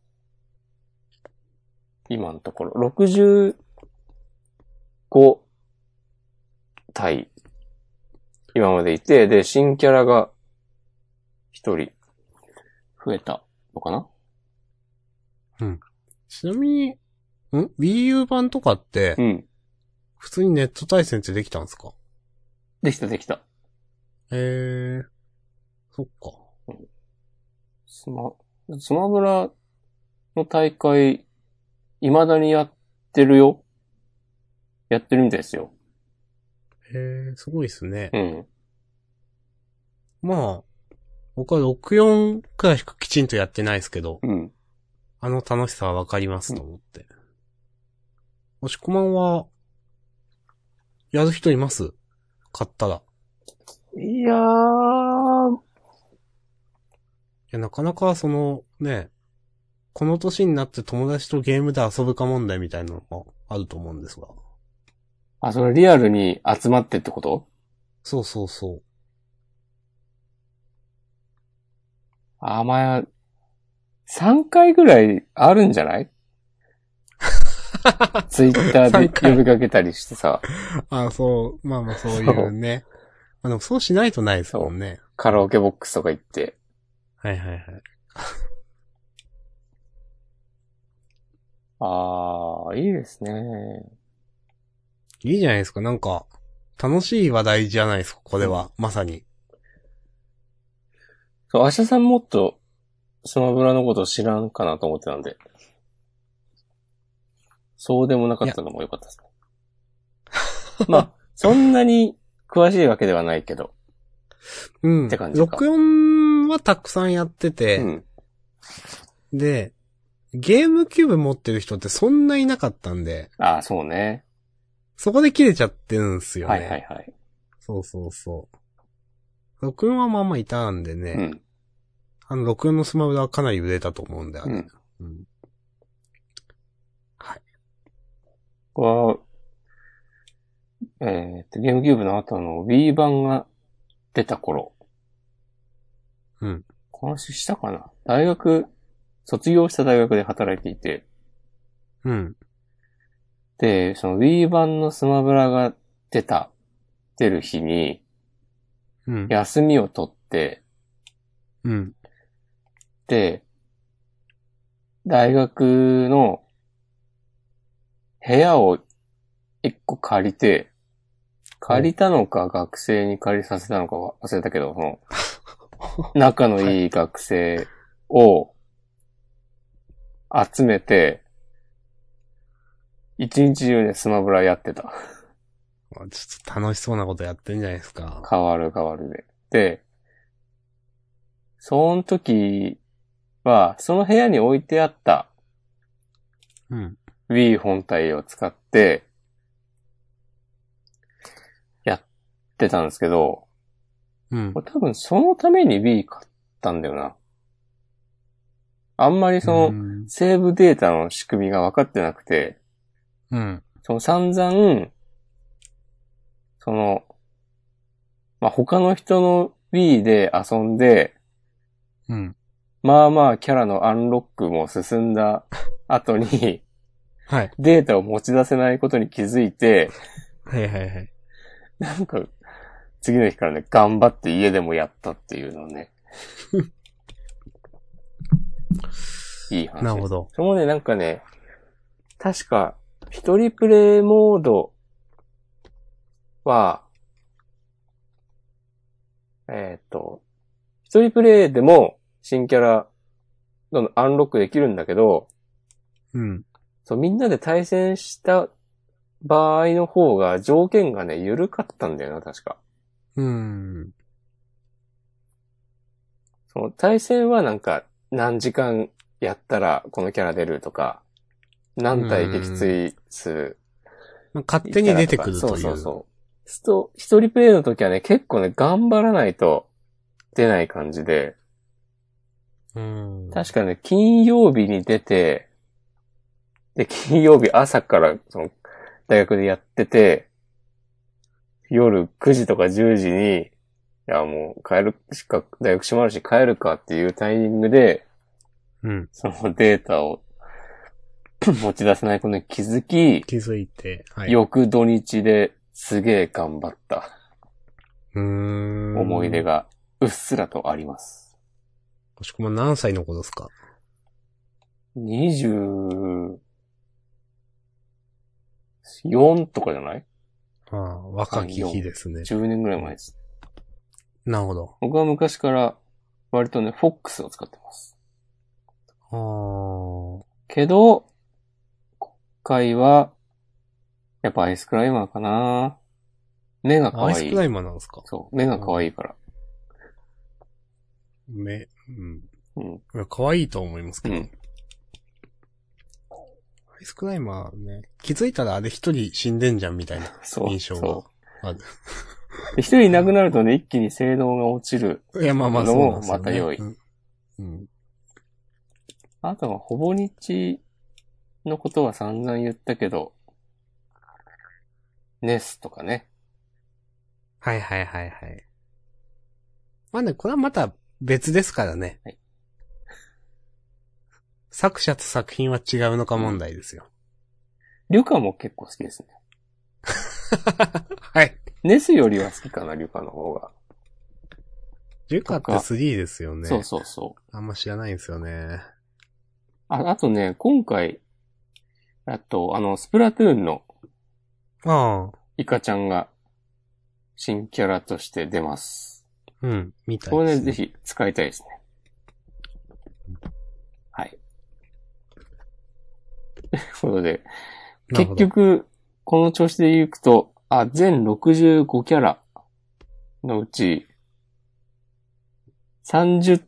Speaker 1: 今のところ、65体、今までいて、で、新キャラが一人増えたのかな
Speaker 2: ちなみに、ん ?Wii U 版とかって
Speaker 1: う、ん。
Speaker 2: 普通にネット対戦ってできたんですか
Speaker 1: できたできた。
Speaker 2: へえ。そっか。
Speaker 1: スマ、スマブラの大会、未だにやってるよ。やってるみたいですよ。
Speaker 2: へえ、すごいですね。
Speaker 1: うん。
Speaker 2: まあ、僕は64くらいしかきちんとやってないですけど、
Speaker 1: うん。
Speaker 2: あの楽しさはわかりますと思って。もしこまんは、やる人います買ったら。い
Speaker 1: いやー、
Speaker 2: や、なかなかその、ね、この年になって友達とゲームで遊ぶか問題みたいなのもあると思うんですが。
Speaker 1: あ、それリアルに集まってってこと
Speaker 2: そうそうそう。
Speaker 1: あ、まあ、3回ぐらいあるんじゃ
Speaker 2: [LAUGHS]
Speaker 1: ないツイッターで
Speaker 2: 3回
Speaker 1: 呼びかけたりしてさ、
Speaker 2: あそう、まあまあそういうね。まあでもそうしないとないですもんね。
Speaker 1: カラオケボックスとか行って。
Speaker 2: はいはいはい。
Speaker 1: あー、いいですね。
Speaker 2: いいじゃないですか、なんか、楽しい話題じゃないですか、これは。まさに。
Speaker 1: そう、明日さんもっと、スマブラのこと知らんかなと思ってたんで。そうでもなかったのも良かったですね。まあ、そんなに詳しいわけではないけど。
Speaker 2: うん。
Speaker 1: って感じか
Speaker 2: 64はたくさんやって
Speaker 1: う
Speaker 2: て、
Speaker 1: ん。
Speaker 2: で、ゲームキューブ持ってる人ってそんないなかったんで、
Speaker 1: ああ、そうね。
Speaker 2: そこで切れちゃってるんすよね。
Speaker 1: はいはいはい。
Speaker 2: そうそうそう。64はまあまあいたんでね、
Speaker 1: うん。
Speaker 2: あの64のスマブラはかなり売れたと思うんだよ
Speaker 1: う
Speaker 2: ね。
Speaker 1: ん。
Speaker 2: うん
Speaker 1: ここは、えーっと、ゲームキューブの後の Wii 版が出た頃。
Speaker 2: うん。
Speaker 1: この話したかな大学、卒業した大学で働いていて、
Speaker 2: うん。
Speaker 1: で、その Wii 版のスマブラが出た、出る日に、
Speaker 2: うん。
Speaker 1: 休みを取って、
Speaker 2: うん。
Speaker 1: で、大学の部屋を一個借りて、借りたのか学生に借りさせたのかは忘れたけど、その、仲のいい学生を集めて、一日中でスマブラやってた。
Speaker 2: まあちょっと楽しそうなことやってんじゃないですか。
Speaker 1: 変わる変わるで。で、その時は、その部屋に置いてあった
Speaker 2: うん。
Speaker 1: Wii 本体を使って、やってたんですけど、
Speaker 2: うん。
Speaker 1: 俺多分そのために Wii 買ったんだよな。あんまりその、
Speaker 2: うん
Speaker 1: セーブデータの仕組みが分かってなくて、
Speaker 2: うん。
Speaker 1: その散々、その、まあ、他の人の Wii で遊んで、
Speaker 2: うん。
Speaker 1: まあまあキャラのアンロックも進んだ後に、
Speaker 2: はい。
Speaker 1: データを持ち出せないことに気づいて、
Speaker 2: はいはいはい。
Speaker 1: なんか、次の日からね、頑張って家でもやったっていうのを
Speaker 2: [LAUGHS]
Speaker 1: ね。いい話。
Speaker 2: なるほ。ど。
Speaker 1: それもね、なんかね、確か、一人プレイモードは、えっ、と、一人プレイでも新キャラ、どんどんアンロックできるんだけど、
Speaker 2: うん。
Speaker 1: そう、みんなで対戦した場合の方が条件がね、緩かったんだよな、確か。
Speaker 2: うん。
Speaker 1: その対戦はなんか何時間やったらこのキャラ出るとか、何体撃墜数
Speaker 2: まあ勝手に出てくるという。
Speaker 1: そうそうそう。スト一人プレイの時はね、結構ね、頑張らないと出ない感じで、
Speaker 2: うん。
Speaker 1: 確かね、金曜日に出て、で、金曜日朝から、その、大学でやってて、夜9時とか10時に、いや、もう、帰るしか、大学閉まるし帰るかっていうタイミングで、
Speaker 2: うん。
Speaker 1: そのデータを持ち出せないことに気づき、
Speaker 2: 気づいて、はい。
Speaker 1: 翌土日ですげえ頑張った
Speaker 2: うーん。
Speaker 1: 思い出。がうっすらとあります。
Speaker 2: もしくも何歳の子ですか
Speaker 1: 24とかじゃない
Speaker 2: ああ、若き日ですね。
Speaker 1: ?10 年ぐらい前です。
Speaker 2: なるほど。
Speaker 1: 僕は昔から割とね、フォックスを使ってます。
Speaker 2: あー
Speaker 1: けど、今回は、やっぱアイスクライマーかな目が可
Speaker 2: アイ
Speaker 1: 愛
Speaker 2: ス
Speaker 1: い。
Speaker 2: クライマーなんですか
Speaker 1: そう、目が可愛いから。
Speaker 2: め、うん。
Speaker 1: うん。
Speaker 2: いや、可愛いと思いますけど。
Speaker 1: うん
Speaker 2: アイスクライマーね、気づいたらあれ一人死んでんじゃんみたいな
Speaker 1: そう。
Speaker 2: 印象
Speaker 1: そ
Speaker 2: が
Speaker 1: う。
Speaker 2: ある。
Speaker 1: で一人いなくなるとね、一気に性能が落ちる。
Speaker 2: いや、まあまあ
Speaker 1: の
Speaker 2: そ
Speaker 1: を
Speaker 2: うなんですよ、ね。
Speaker 1: また用意
Speaker 2: うん。うん。
Speaker 1: あとは、ほぼ日のことは散々言ったけど、ネスとかね。
Speaker 2: はいはいはいはい。まあね、これはまた別ですからね。
Speaker 1: はい
Speaker 2: 作者と作品は違うのか問題で
Speaker 1: [LAUGHS]
Speaker 2: すよ。
Speaker 1: リュカも結構好きですね。
Speaker 2: はい。
Speaker 1: ネスよりは好きかな、リュカの方が。
Speaker 2: ジュカって
Speaker 1: とか
Speaker 2: 3ですよね。
Speaker 1: そうそうそう。
Speaker 2: あんま知らないんですよね。
Speaker 1: あ、あとね、今回、あと、あの、スプラトゥーンの
Speaker 2: ああ、
Speaker 1: イカちゃんが新キャラとして出ます。
Speaker 2: うん、みたい
Speaker 1: これ
Speaker 2: で
Speaker 1: ね、
Speaker 2: す
Speaker 1: ぜ
Speaker 2: ね。
Speaker 1: ひ使いたいですね。はい。 [LAUGHS] ということで、
Speaker 2: な
Speaker 1: 結
Speaker 2: るほど、
Speaker 1: 局、この調子で行くと、あ、全65キャラのうち、30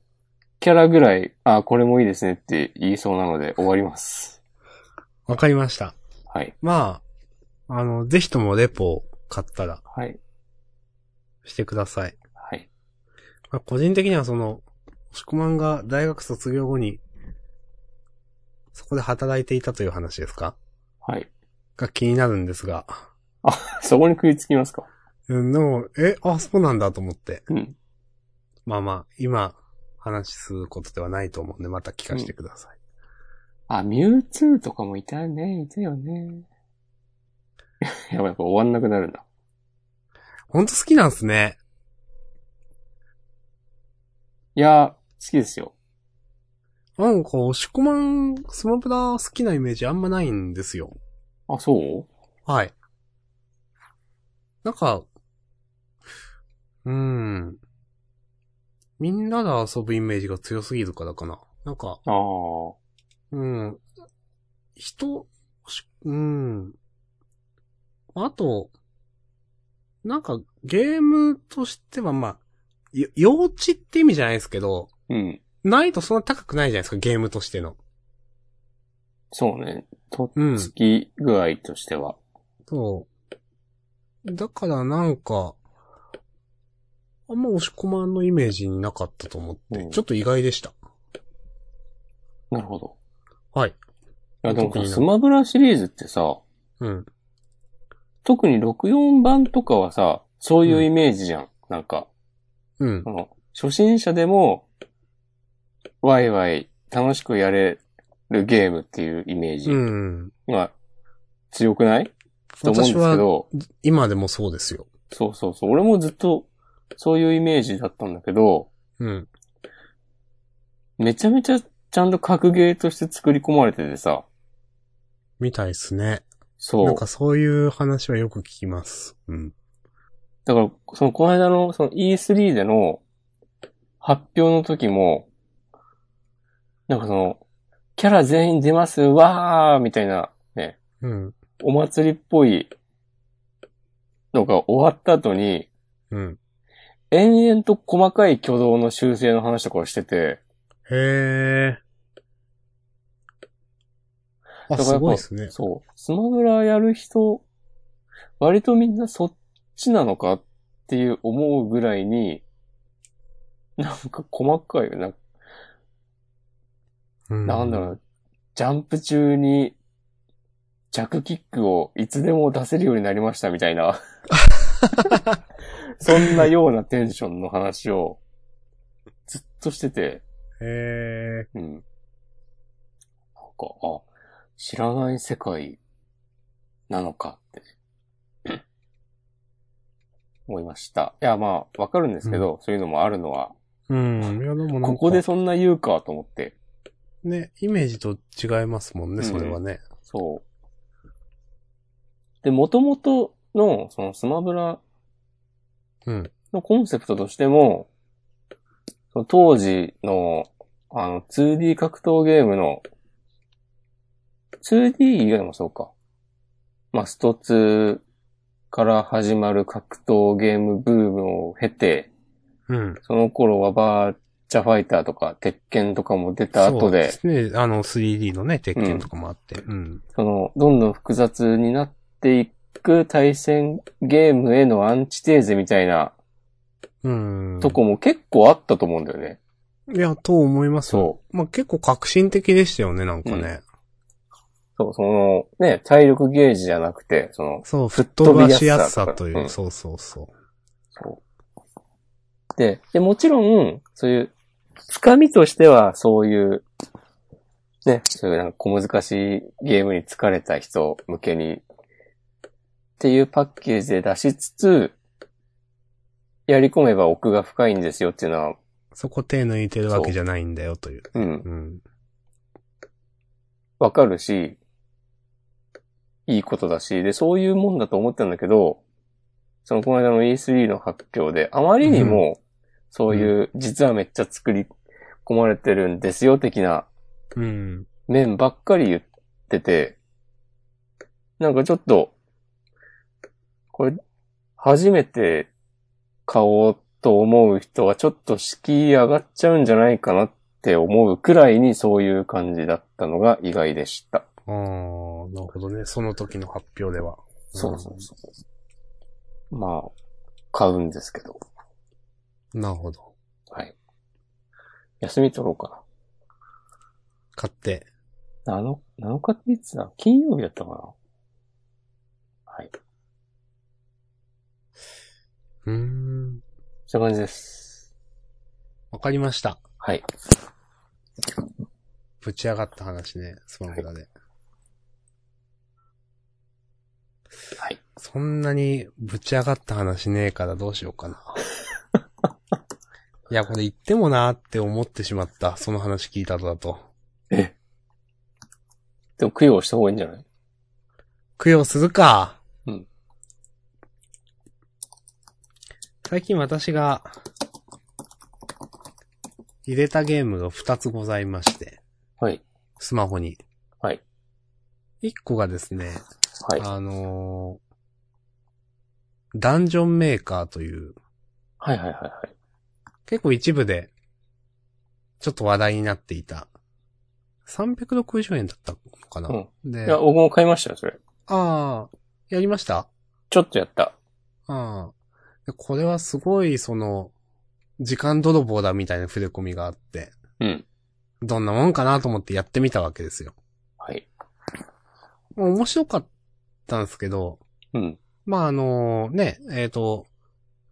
Speaker 1: キャラぐらい、あ、これもいいですねって言いそうなので終わります。
Speaker 2: わかりました。
Speaker 1: はい。
Speaker 2: まあ、あの、ぜひともレポを買ったら
Speaker 1: はい。
Speaker 2: してください。
Speaker 1: はい。
Speaker 2: まあ、個人的にはその、押し込まんが大学卒業後に、そこで働いていたという話ですか
Speaker 1: はい。
Speaker 2: が気になるんですが。
Speaker 1: そこに食いつきますか
Speaker 2: うん、でも、え、あ、そうなんだと思って。
Speaker 1: うん。
Speaker 2: まあまあ、今、話すことではないと思うんで、また聞かせてください。
Speaker 1: あ、ミュウツーとかもいたね、いたよね。 [LAUGHS] やばい、これ終わんなくなるんだ。
Speaker 2: ほんと好きなんすね。
Speaker 1: いやー、好きですよ。
Speaker 2: なんか、押し込まん、スマブラ好きなイメージあんまないんですよ。
Speaker 1: あ、そう
Speaker 2: はい。なんか、うーん。みんなで遊ぶイメージが強すぎるからかな。なんか、
Speaker 1: ああ。
Speaker 2: うん。人、しうん。あと、なんか、ゲームとしては、まあ、よ幼稚って意味じゃないですけど、
Speaker 1: うん。
Speaker 2: 難易度そんな高くないじゃないですか、ゲームとしての。
Speaker 1: そうね。とっ
Speaker 2: うん。
Speaker 1: つき具合としては。
Speaker 2: そう。だからなんか、あんま押し込まんのイメージになかったと思って、
Speaker 1: うん
Speaker 2: ちょっと意外でした。
Speaker 1: なるほど。
Speaker 2: はい。
Speaker 1: いや、でも
Speaker 2: 特にな
Speaker 1: スマブラシリーズってさ、
Speaker 2: うん。
Speaker 1: 特に64版とかはさ、そういうイメージじゃん。なんか、
Speaker 2: うん
Speaker 1: そ。の、初心者でも、ワイワイ楽しくやれるゲームっていうイメージ
Speaker 2: うん。
Speaker 1: が強くない、と思うんで
Speaker 2: 私
Speaker 1: すけ
Speaker 2: は
Speaker 1: ど、
Speaker 2: 今でもそうですよ。
Speaker 1: そうそうそう。俺もずっとそういうイメージだったんだけど、
Speaker 2: うん。
Speaker 1: めちゃめちゃちゃんと格ゲーとして作り込まれててさ、
Speaker 2: みたいですね。
Speaker 1: そう。
Speaker 2: なんかそういう話はよく聞きます。うん。
Speaker 1: だから、その、この間の、その E3 での発表の時も、なんかその、キャラ全員出ます、わーみたいな、ね、
Speaker 2: うん。
Speaker 1: お祭りっぽいのが終わった後に、
Speaker 2: うん。
Speaker 1: 延々と細かい挙動の修正の話とかをしてて、
Speaker 2: へー。
Speaker 1: だ
Speaker 2: あ、
Speaker 1: からやっぱ
Speaker 2: すごいですね。
Speaker 1: そう、スマブラやる人、割とみんなそっちなのかっていう思うぐらいに、なんか細かいよ、なんか
Speaker 2: う
Speaker 1: なんだろう、ジャンプ中
Speaker 2: [LAUGHS]
Speaker 1: に、弱キックをいつでも出せるようになりましたみたいな。そんなようなテンションの話をずっとしてて、
Speaker 2: え
Speaker 1: うん。なんか、あ、知らない世界なのかって、思いました。いや、まあ、わかるんですけど、そういうのもあるのは、
Speaker 2: ー、うん。いや、でもなんか
Speaker 1: ここでそんな言うかと思って、
Speaker 2: ね、イメージと違いますもんね、それはね。
Speaker 1: そう。で、元々の、そのスマブラ
Speaker 2: うん。
Speaker 1: のコンセプトとしても、その当時の、あの、2D 格闘ゲームの、2D 以外もそうか。まあ、スト2から始まる格闘ゲームブームを経て、
Speaker 2: うん。
Speaker 1: その頃はバーチャファイターとか、鉄拳とかも出た後で、
Speaker 2: そうですね。あの、3D のね、鉄拳とかもあって。うん。
Speaker 1: その、どんどん複雑になっていく対戦ゲームへのアンチテーゼみたいな
Speaker 2: うん。
Speaker 1: とこも結構あったと思うんだよね。
Speaker 2: いや、と思います。
Speaker 1: そ
Speaker 2: まあ、結構革新的でしたよね、なんかね。
Speaker 1: そう、その、ね、体力ゲージじゃなくて、その、
Speaker 2: そう、吹っ飛ばしやすさとい
Speaker 1: うん
Speaker 2: う、そうそうそ
Speaker 1: で、で、もちろん、そういう、つかみとしては、そういう、ね、そういうなんか小難しいゲームに疲れた人向けに、っていうパッケージで出しつつ、やり込めば奥が深いんですよっていうのは、
Speaker 2: う。そこ手抜いてるわけじゃないんだよ、という。
Speaker 1: うん、
Speaker 2: うん。
Speaker 1: わかるし、いいことだし、で、そういうもんだと思ったんだけど、そのこの間の E3 の発表で、あまりにも、そういう、実はめっちゃ作り込まれてるんですよ、的な
Speaker 2: うん。
Speaker 1: 面ばっかり言ってて、なんかちょっと、これ、初めて買おうと思う人はちょっと敷居上がっちゃうんじゃないかなって思うくらいにそういう感じだったのが意外でした。
Speaker 2: ああ、なるほどね。その時の発表では。
Speaker 1: そうそうそう。まあ、買うんですけど。
Speaker 2: うん。なるほど。
Speaker 1: はい。休み取ろうか
Speaker 2: 買って。
Speaker 1: な。あの、7日っていつだ金曜日だったかなはい。
Speaker 2: うーん。
Speaker 1: そういう感じです。
Speaker 2: わかりました。
Speaker 1: はい。
Speaker 2: ぶち上がった話ね、スマブラで。
Speaker 1: はい。
Speaker 2: そんなにぶち上がった話ねえからどうしよう
Speaker 1: [LAUGHS]
Speaker 2: かな。いや、これ言ってもなーって思ってしまった。その話聞いた後だと。
Speaker 1: でも供養した方がいいんじゃない
Speaker 2: 供養するか。
Speaker 1: うん。
Speaker 2: 最近私が、入れたゲームが2つございまして、
Speaker 1: はい。
Speaker 2: スマホに。
Speaker 1: はい。
Speaker 2: 1個がですね、
Speaker 1: はい。
Speaker 2: あのーダンジョンメーカーという、
Speaker 1: はいはいはいはい。
Speaker 2: 結構一部で、ちょっと話題になっていた。360円だったのかな、で、
Speaker 1: いや、
Speaker 2: あ
Speaker 1: 僕も買いましたよ、それ。
Speaker 2: あー、やりました
Speaker 1: ちょっとやった。
Speaker 2: ああ。でこれはすごい、その、時間泥棒だみたいな触れ込みがあって、
Speaker 1: うん。
Speaker 2: どんなもんかなと思ってやってみたわけですよ。
Speaker 1: はい。
Speaker 2: まあ面白かったんですけど、
Speaker 1: うん。
Speaker 2: まあ、あのね、えっ、と、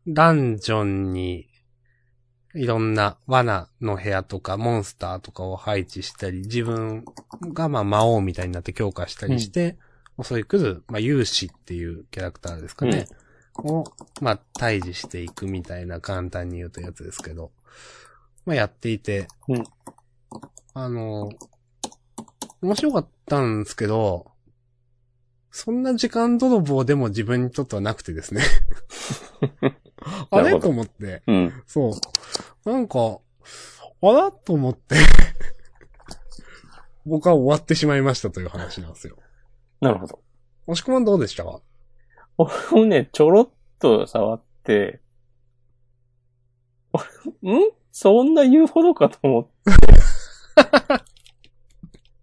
Speaker 2: ダンジョンに、いろんな罠の部屋とかモンスターとかを配置したり、自分がまあ魔王みたいになって強化したりして、襲い来る、まあ勇士っていうキャラクターですかね。を、まあ退治していくみたいな簡単に言うとやつですけど、まあやっていて、
Speaker 1: うん
Speaker 2: あの面白かったんですけど、そんな時間泥棒でも自分にとってはなく
Speaker 1: [LAUGHS]
Speaker 2: てですね。あ
Speaker 1: なる
Speaker 2: れ
Speaker 1: ほど
Speaker 2: と思って。
Speaker 1: うん。
Speaker 2: そう。なんか、あらと思って。 [LAUGHS] 僕は終わってしまいましたという話なんですよ。
Speaker 1: なるほど。
Speaker 2: 押し込まんどうでしたか
Speaker 1: 俺もね、ちょろっと触 [LAUGHS] って、俺、んそんな言うほどかと思って。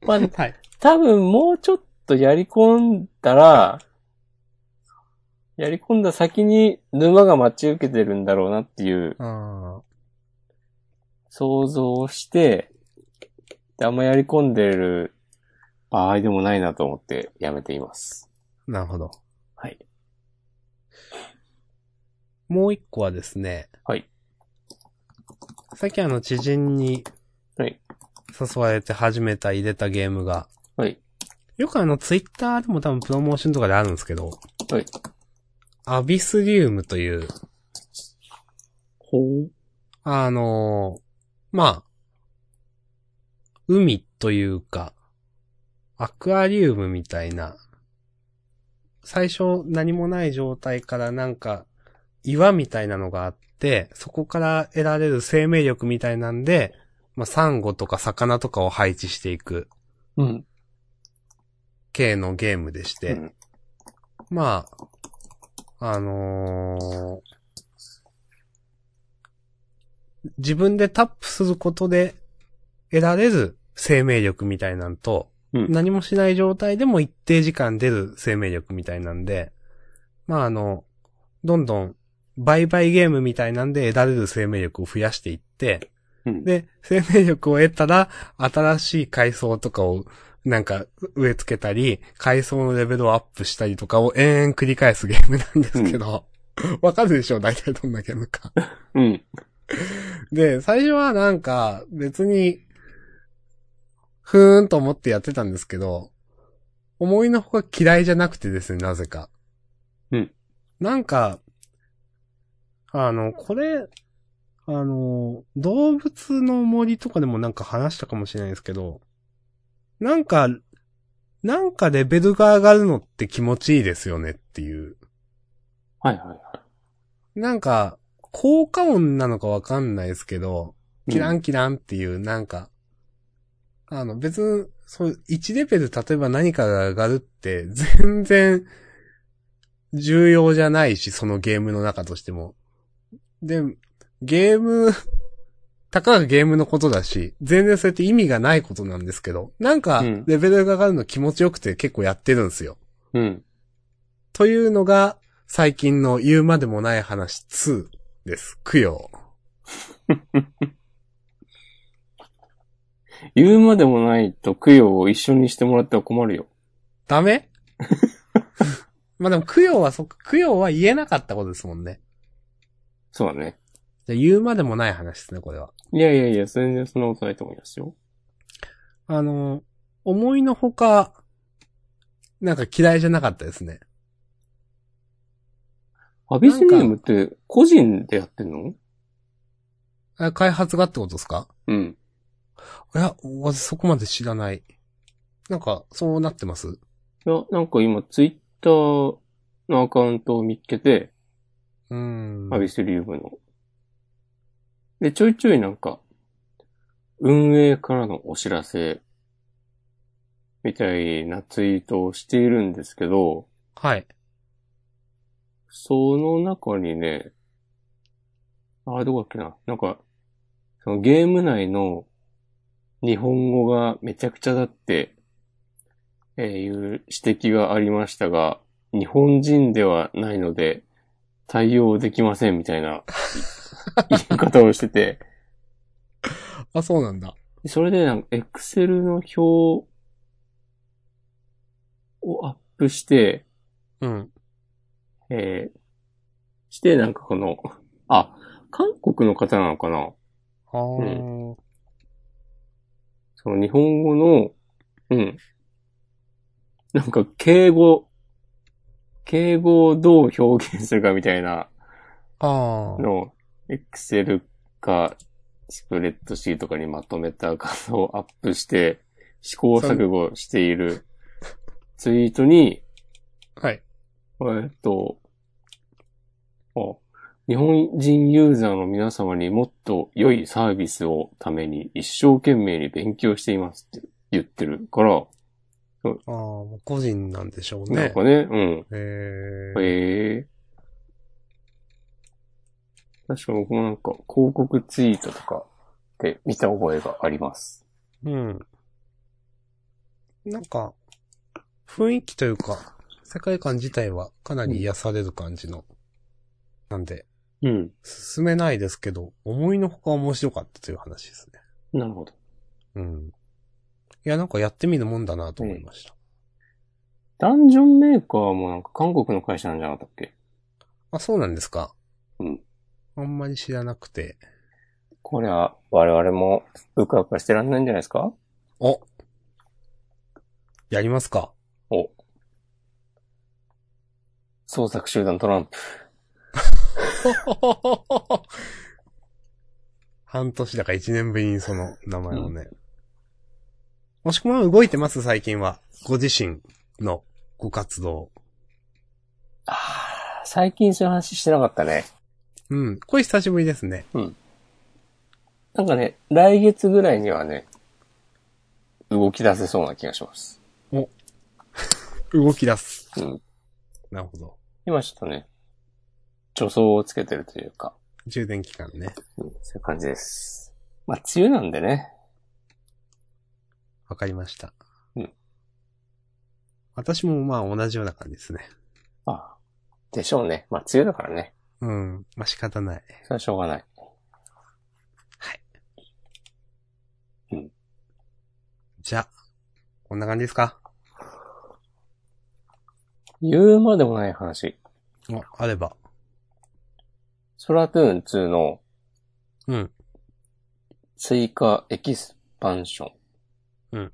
Speaker 1: まあ、
Speaker 2: はい。
Speaker 1: 多分もうちょっとやり込んだら、やり込んだ先に沼が待ち受けてるんだろうなっていう
Speaker 2: あ
Speaker 1: 想像をして、であんまやり込んでる場合でもないなと思ってやめています。
Speaker 2: あ、なるほど。
Speaker 1: はい。
Speaker 2: もう一個はですね。
Speaker 1: はい。
Speaker 2: さっきあの、知人に
Speaker 1: はい。
Speaker 2: 誘われて始めた入れたゲームが、
Speaker 1: はい。
Speaker 2: よくあの、ツイッターでも多分プロモーションとかであるんですけど、
Speaker 1: はい。
Speaker 2: アビスリウムという、
Speaker 1: ほう。
Speaker 2: あのーまあ、海というか、アクアリウムみたいな、最初何もない状態からなんか、岩みたいなのがあって、そこから得られる生命力みたいなんで、まあ、サンゴとか魚とかを配置していく
Speaker 1: うん。
Speaker 2: 系のゲームでして、
Speaker 1: うん
Speaker 2: まあ、あのー自分でタップすることで得られる生命力みたいなんと、
Speaker 1: うん
Speaker 2: 何もしない状態でも一定時間出る生命力みたいなんで、まああの、どんどん売買ゲームみたいなんで得られる生命力を増やしていって、
Speaker 1: うん。
Speaker 2: で、生命力を得たら、新しい階層とかを、なんか、植え付けたり、階層のレベルをアップしたりとかを延々繰り返すゲームなんですけど、 [LAUGHS] わかるでしょ大体どんなゲームか。
Speaker 1: うん。
Speaker 2: で、最初はなんか、別に、ふーんと思ってやってたんですけど、思いのほか嫌いじゃなくてですね、なぜか。
Speaker 1: うん。
Speaker 2: なんか、あの、これ、あの、動物の森とかでもなんか話したかもしれないですけど、なんか、なんかレベルが上がるのって気持ちいいですよねっていう。
Speaker 1: はいはいは
Speaker 2: なんか、効果音なのかわかんないですけど、
Speaker 1: い。
Speaker 2: キラ
Speaker 1: うん。
Speaker 2: ンキランっていう、なんか、あの、別に、そう、1レベル例えば何かが上がるって、全然、重要じゃないし、そのゲームの中としても。で、ゲーム、たかがゲームのことだし、全然そうやって意味がないことなんですけど、なんか
Speaker 1: うん、
Speaker 2: レベルが上がるの気持ちよくて結構やってるんですよ。
Speaker 1: うん。
Speaker 2: というのが、最近の言うまでもない話2です。供養。
Speaker 1: 言うまでもないと供養を一緒にしてもらっては困るよ。
Speaker 2: ダメ [LAUGHS] まあでも供養はそっか、供養は言えなかったことですもんね。
Speaker 1: そうだね。
Speaker 2: じゃあ言うまでもない話ですね、これは。
Speaker 1: いやいやいや、全然そんなことないと思いますよ。
Speaker 2: あの、思いのほか、なんか嫌いじゃなかったですね。
Speaker 1: アビスニウムって個人でやってんの
Speaker 2: あ開発がってことですか
Speaker 1: うん。
Speaker 2: いや、私そこまで知らない。なんか、そうなってます
Speaker 1: いや、なんか今ツイッターのアカウントを見つけて、
Speaker 2: うーん。
Speaker 1: アビスリウムの。で、ちょいちょいなんか、運営からのお知らせ、みたいなツイートをしているんですけど、
Speaker 2: はい。
Speaker 1: その中にね、あれどこだっけな、なんか、そのゲーム内の日本語がめちゃくちゃだって、えーいう指摘がありましたが、日本人ではないので対応できませんみたい [LAUGHS] な言い方をしてて、
Speaker 2: あ、そうなんだ。
Speaker 1: それでなんか、エクセルの表をアップして、
Speaker 2: うん。
Speaker 1: えー、して、なんかこの、 [LAUGHS] あ、韓国の方なのかな
Speaker 2: あー。
Speaker 1: その日本語の、うん。なんか敬語、敬語をどう表現するかみたいな
Speaker 2: あー。
Speaker 1: のを、エクセルか、スプレッドシートかにまとめた画像をアップして、試行錯誤しているツイートに、
Speaker 2: はい。
Speaker 1: えっと、あ日本人ユーザーの皆様にもっと良いサービスをために一生懸命に勉強していますって言ってるから、
Speaker 2: ああ、もう個人なんでしょう
Speaker 1: な
Speaker 2: ね
Speaker 1: ん。かね、うん。
Speaker 2: へえー。
Speaker 1: へえ確か僕もなんか広告ツイートとかで見た覚えがあります。
Speaker 2: うん。なんか、雰囲気というか、世界観自体はかなり癒される感じの。なんで、
Speaker 1: うん。
Speaker 2: 進めないですけど、思いのほか面白かったという話ですね。
Speaker 1: なるほど。
Speaker 2: うん。いや、なんかやってみるもんだなと思いました。
Speaker 1: ダンジョンメーカーもなんか韓国の会社なんじゃなかったっけ
Speaker 2: あ、そうなんですか。
Speaker 1: うん
Speaker 2: あんまり知らなくて。
Speaker 1: これは我々もうかうかしてらんないんじゃないですか
Speaker 2: おやりますか。
Speaker 1: お。創作集団トランプ。
Speaker 2: [LAUGHS] 半年だか一年ぶりにその名前をね。もしくは動いてます最近は。ご自身のご活動。
Speaker 1: ああ、最近そういう話してなかったね。
Speaker 2: うん。これ久しぶりですね。
Speaker 1: なんかね、来月ぐらいにはね、動き出せそうな気がします。
Speaker 2: 動き出す。
Speaker 1: うん。
Speaker 2: なるほど。
Speaker 1: 今ちょっとね、助走をつけてるというか、
Speaker 2: 充電期間ね。
Speaker 1: うん、そういう感じです。まあ、梅雨なんでね。
Speaker 2: わかりました。
Speaker 1: うん。
Speaker 2: 私もまあ同じような感じですね。
Speaker 1: ああでしょうね。まあ、梅雨だからね。
Speaker 2: うん。まあ仕方ない。
Speaker 1: それはしょうがない。
Speaker 2: じゃあ、こんな感じですか
Speaker 1: 言うまでもない話。
Speaker 2: お、あれば。
Speaker 1: ソラトゥーン2の
Speaker 2: うん。
Speaker 1: 追加エキスパンション。
Speaker 2: うん。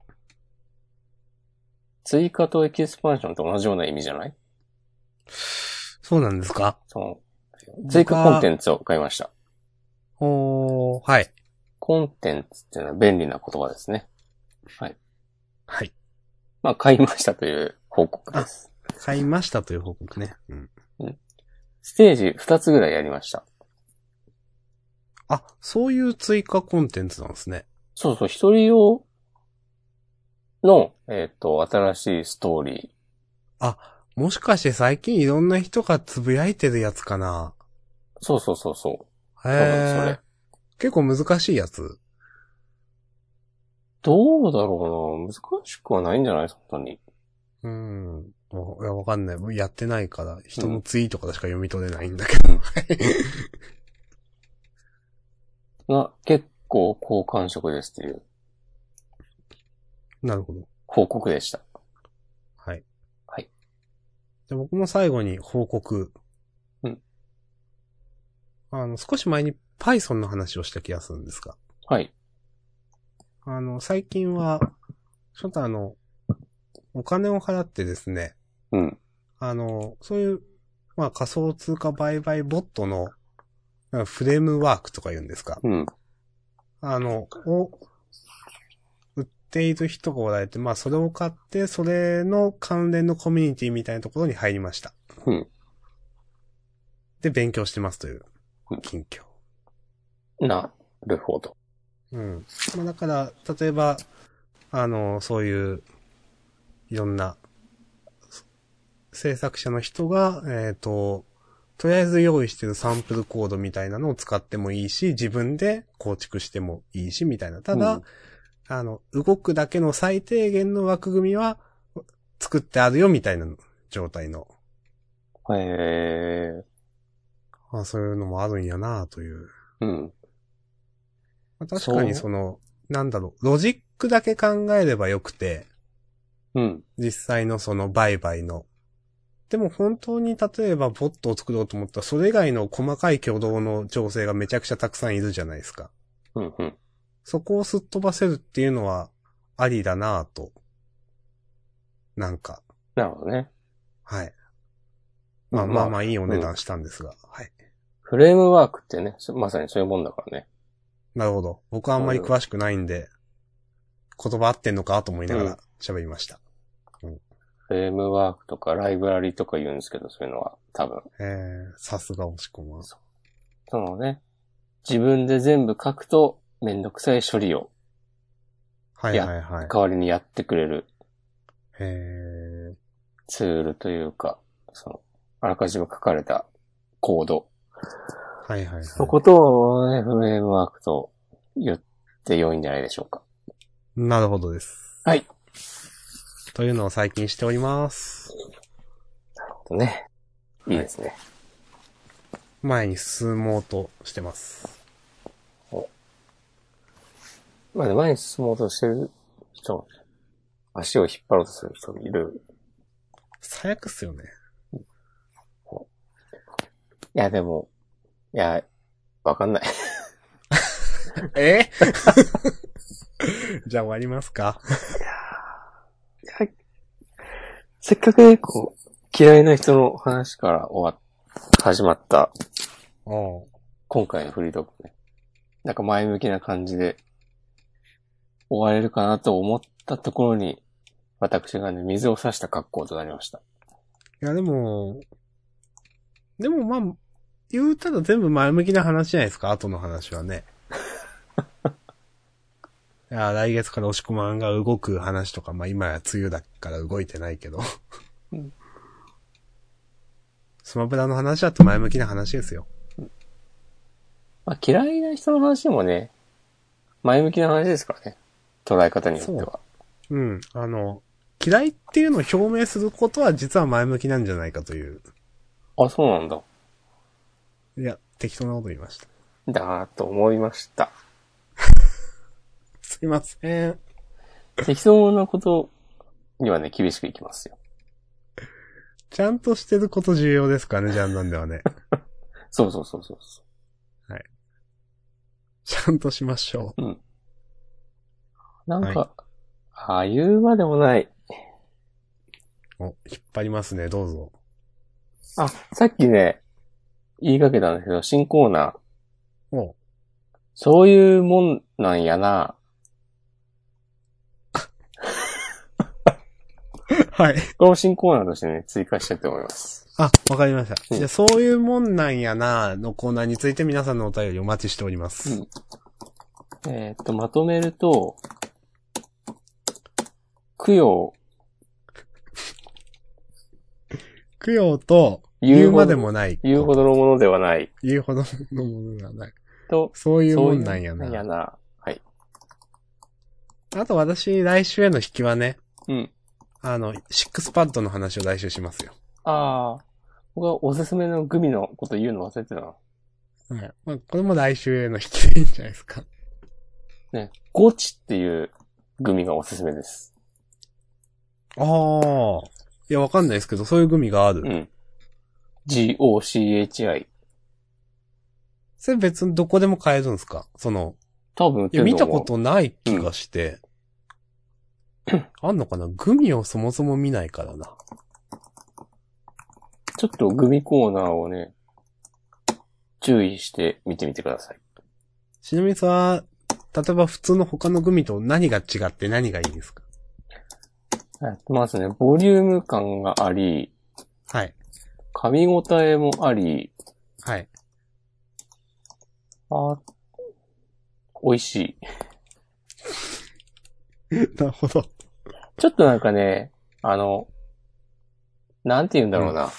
Speaker 1: 追加とエキスパンションと同じような意味じゃない
Speaker 2: そうなんですか
Speaker 1: その、追加コンテンツを買いました。
Speaker 2: おー、はい。
Speaker 1: コンテンツっていうのは便利な言葉ですね。
Speaker 2: はい。
Speaker 1: まあ、買いましたという報告です。
Speaker 2: 買いましたという報告ね。うん。
Speaker 1: ステージ2つぐらいやりました。
Speaker 2: あ、そういう追加コンテンツなんですね。
Speaker 1: そうそう、一人用の、えっ、と、新しいストーリー。
Speaker 2: もしかして最近いろんな人がつぶやいてるやつかな
Speaker 1: そうそうそうそう。
Speaker 2: へ
Speaker 1: 分それ
Speaker 2: え。結構難しいやつ。
Speaker 1: どうだろうな難しくはないんじゃないそんなに。
Speaker 2: うん。おいや、わかんない。やってないから、人のツイートからしか読み取れないんだけ
Speaker 1: うん
Speaker 2: ど。
Speaker 1: が、結構好感触ですという
Speaker 2: なるほど。
Speaker 1: 報告でした。
Speaker 2: はい。
Speaker 1: はい。
Speaker 2: じゃあ僕も最後に報告。
Speaker 1: うん。
Speaker 2: あの、少し前に Python の話をした気がするんですが。
Speaker 1: はい。
Speaker 2: あの、最近は、ちょっとあの、お金を払ってですね、
Speaker 1: うん。
Speaker 2: あの、そういう、まあ仮想通貨売買ボットの、なんかフレームワークとか言うんですか。
Speaker 1: うん。
Speaker 2: あの、を、売っている人がおられて、まあそれを買って、それの関連のコミュニティみたいなところに入りました。
Speaker 1: うん。
Speaker 2: で、勉強してますという
Speaker 1: うん、
Speaker 2: 近況。
Speaker 1: なるほど。
Speaker 2: うん。まあだから、例えば、あの、そういう、いろんな、制作者の人が、えっ、と、とりあえず用意してるサンプルコードみたいなのを使ってもいいし、自分で構築してもいいし、みたいな。ただ、
Speaker 1: うん
Speaker 2: あの、動くだけの最低限の枠組みは作ってあるよ、みたいな状態の、
Speaker 1: へえ。
Speaker 2: あそういうのもあるんやなという。
Speaker 1: うん。
Speaker 2: まあ確かに
Speaker 1: そ
Speaker 2: その、なんだろう、ロジックだけ考えればよくて、
Speaker 1: うん。
Speaker 2: 実際のその売買の。でも本当に例えばボットを作ろうと思ったらそれ以外の細かい挙動の調整がめちゃくちゃたくさんいるじゃないですか。
Speaker 1: うん。うん。
Speaker 2: そこをすっ飛ばせるっていうのはありだなぁと。なんか、
Speaker 1: なるほどね。
Speaker 2: はい。まあ
Speaker 1: うん
Speaker 2: まあまあいいお値段したんですが、はい。
Speaker 1: フレームワークってね、そまさにそういうもんだからね。
Speaker 2: なるほど。僕はあんまり詳しくないんで、言葉合ってんのかと思いながら喋りました。
Speaker 1: フレームワークとかライブラリとか言うんですけど、そういうのは多分。
Speaker 2: えー、さすが押し込ま。
Speaker 1: そのね、自分で全部書くとめんどくさい処理を
Speaker 2: はいはいはい。
Speaker 1: 代わりにやってくれる
Speaker 2: えー、
Speaker 1: ツールというか、その、あらかじめ書かれたコード
Speaker 2: はいはいはい。
Speaker 1: のことを、ね、フレームワークと言って良いんじゃないでしょうか。
Speaker 2: なるほどです。
Speaker 1: はい。
Speaker 2: というのを最近しております。
Speaker 1: ね。いいですね。
Speaker 2: 前に進もうとしてます。
Speaker 1: まあね、前に進もうとしてる人も、足を引っ張ろうとする人もいる。
Speaker 2: 最悪っすよね。
Speaker 1: いや、でも、いや、わかんない。
Speaker 2: えじゃあ終わりますか
Speaker 1: せっかくね、こう、嫌いな人の話から終わっ、始まった、
Speaker 2: お
Speaker 1: 今回のフリートークね。なんか前向きな感じで、終われるかなと思ったところに、私がね、水を差した格好となりました。
Speaker 2: いや、でも、でもまあ、言うたら全部前向きな話じゃないですか、後の話は
Speaker 1: [LAUGHS]
Speaker 2: ね。いや、来月から押し込まんが動く話とか、まあ今や梅雨だから動いてないけど
Speaker 1: うん。
Speaker 2: スマブラの話だと前向きな話ですよ。
Speaker 1: まあ嫌いな人の話もね、前向きな話ですからね。捉え方によっては。
Speaker 2: うん。あの、嫌いっていうのを表明することは実は前向きなんじゃないかという。
Speaker 1: あ、そうなんだ。
Speaker 2: いや、適当なこと言いました。
Speaker 1: だなと思いました。
Speaker 2: すいません。
Speaker 1: 適当なことにはね、厳しくいきますよ。
Speaker 2: ちゃんとしてること重要ですからね、ジャンダンではね。
Speaker 1: そうそうそうそうそ
Speaker 2: ちゃんとしましょ
Speaker 1: う。うん。なん
Speaker 2: は
Speaker 1: か、ああ言うまでもない。
Speaker 2: う。お、引っ張りますね、どうぞ。
Speaker 1: あ、さっきね、言いかけたんですけど、新コーナー、
Speaker 2: お
Speaker 1: そういうもんなんやな。
Speaker 2: [LAUGHS] はい。
Speaker 1: これも新コーナーとしてね、追加したいと思います。
Speaker 2: あ、わかりました。
Speaker 1: うん
Speaker 2: じゃあそういうもんなんやな、のコーナーについて皆さんのお便りお待ちしておりま
Speaker 1: う
Speaker 2: す
Speaker 1: ん。えーっと、まとめると、供養、
Speaker 2: 供養と、言うまでもない。
Speaker 1: 言うほどのものではない。
Speaker 2: 言うほどのものではない。
Speaker 1: と、
Speaker 2: そういう
Speaker 1: そう
Speaker 2: も
Speaker 1: いうん
Speaker 2: なんや
Speaker 1: や
Speaker 2: な。
Speaker 1: な。はい。
Speaker 2: あと私、来週への引きはね、
Speaker 1: うん。
Speaker 2: あの、シックスパッドの話を来週しますよ。
Speaker 1: ああ、僕はおすすめのグミのこと言うの忘れてたな。
Speaker 2: はい。まあ、これも来週への引きでいいんじゃないですか。
Speaker 1: ね、ゴチっていうグミがおすすめです。
Speaker 2: ああ。いや、わかんないですけど、そういうグミがある。
Speaker 1: うん。G-O-C-H-I。
Speaker 2: それ別にどこでも買えるんですかその、
Speaker 1: 多分売っ
Speaker 2: い
Speaker 1: て
Speaker 2: や、
Speaker 1: る
Speaker 2: 見
Speaker 1: と
Speaker 2: た
Speaker 1: 思う
Speaker 2: ことない気がして。あんのかなグミをそもそも見ないからな。
Speaker 1: ちょっとグミコーナーをね、注意して見てみてください。
Speaker 2: ちなみにさ、例えば普通の他のグミと何が違って何がいいですか
Speaker 1: まずね、ボリューム感があり、
Speaker 2: はい。
Speaker 1: 噛み応えもあり、
Speaker 2: はい。
Speaker 1: あ、美味しい。
Speaker 2: [LAUGHS] なるほど。
Speaker 1: ちょっとなんかね、あの、なんて言うんだろうな。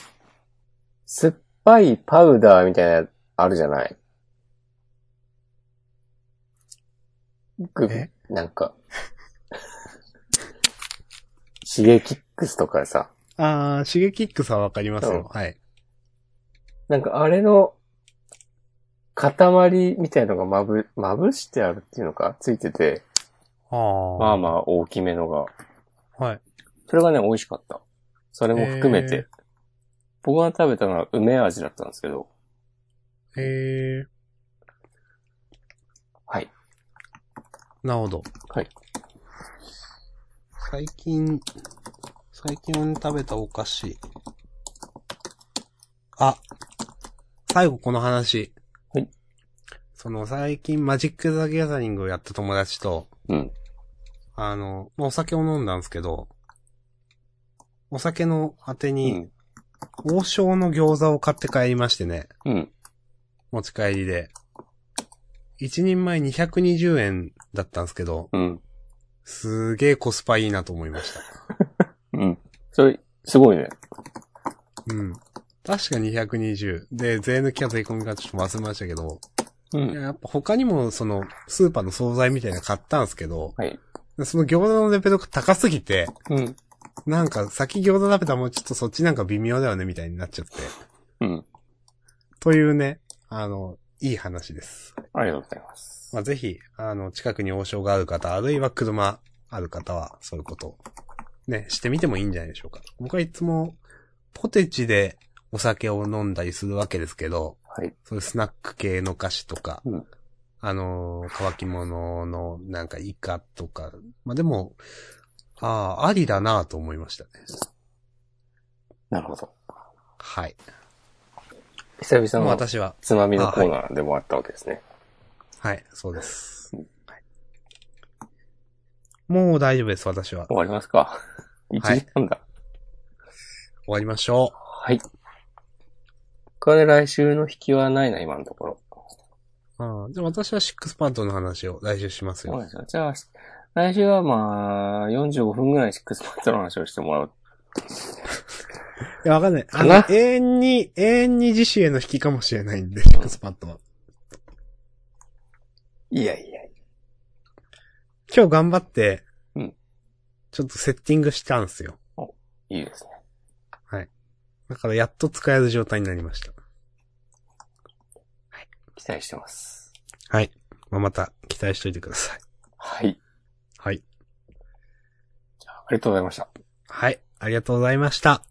Speaker 1: 酸っぱいパウダーみたいなやつあるじゃないぐ
Speaker 2: え
Speaker 1: なんか、 [LAUGHS] シゲキックスとかさ、
Speaker 2: あー、シゲキックさはわかりますよ。はい。
Speaker 1: なんかあれの、塊みたいのがまぶ、まぶしてあるっていうのかついてて、
Speaker 2: あ
Speaker 1: まあ
Speaker 2: ー。
Speaker 1: まあ大きめのが。
Speaker 2: はい。
Speaker 1: それがね、美味しかった。それも含めて。
Speaker 2: へー
Speaker 1: 僕が食べたのは梅味だったんですけど。
Speaker 2: え
Speaker 1: はい。
Speaker 2: ー、なるほど。
Speaker 1: はい。
Speaker 2: 最近、最近食べたお菓子。あ、最後この話。
Speaker 1: はい。
Speaker 2: その最近マジック・ザ・ギャザリングをやった友達と、
Speaker 1: うん。
Speaker 2: あの、まあ、お酒を飲んだんですけど、お酒のあて
Speaker 1: う
Speaker 2: に、
Speaker 1: ん。
Speaker 2: 王将の餃子を買って帰りましてね、
Speaker 1: うん。
Speaker 2: 持ち帰りで。一人前220円だったんですけど、
Speaker 1: うん。
Speaker 2: すげえコスパいいなと思いました。
Speaker 1: うん。それ、すごいね。
Speaker 2: うん。確か220。で、税抜きか税込みかちょっと忘れましたけど、
Speaker 1: う
Speaker 2: いや
Speaker 1: ん。
Speaker 2: やっぱ他にもその、スーパーの惣菜みたいなの買ったんですけど、
Speaker 1: はい。
Speaker 2: その餃子のレベルが高すぎて、
Speaker 1: うん。
Speaker 2: なんか先餃子食べたらもうちょっとそっちなんか微妙だよねみたいになっちゃって。
Speaker 1: うん。
Speaker 2: というね、あの、いい話です。
Speaker 1: ありがとうございます。
Speaker 2: まあ、ぜひ、あの、近くに王将がある方、あるいは車ある方は、そういうことを、ね、してみてもいいんじゃないでしょうか。僕はいつも、ポテチでお酒を飲んだりするわけですけど、
Speaker 1: はい。
Speaker 2: そういうスナック系の菓子とか、
Speaker 1: うん
Speaker 2: あのー、乾き物のなんかイカとか、まあ、でも、ああ、ありだなと思いましたね。
Speaker 1: なるほど。
Speaker 2: はい。
Speaker 1: 久々
Speaker 2: まあ
Speaker 1: の
Speaker 2: 私は、
Speaker 1: つまみのコーナーでもあったわけですね。
Speaker 2: はい、そうです。はいもう大丈夫です、私は。
Speaker 1: 終わりますか。一時間だ。
Speaker 2: 終わりましょ
Speaker 1: はい。これ来週の引きはないな、今のところ。
Speaker 2: う。ああじゃあ私はシックスパントの話を来週します
Speaker 1: そう
Speaker 2: よ。
Speaker 1: ですよ。じゃあ、来週はまあ、45分ぐらいシックスパントの話をしてもらう。
Speaker 2: いや、わかんない。あ
Speaker 1: か
Speaker 2: の
Speaker 1: な、
Speaker 2: 永遠に、永遠に自死への引きかもしれないんで、シックスパントは。
Speaker 1: いやいや。
Speaker 2: 今日頑張って、
Speaker 1: うん
Speaker 2: ちょっとセッティングしたんですよ。
Speaker 1: いいですね。
Speaker 2: だからやっと使える状態になりました。
Speaker 1: 期待してます。
Speaker 2: はい。まあ、また期待しといてください。
Speaker 1: はい。
Speaker 2: はい。
Speaker 1: ありがとうございました。
Speaker 2: はい。ありがとうございました。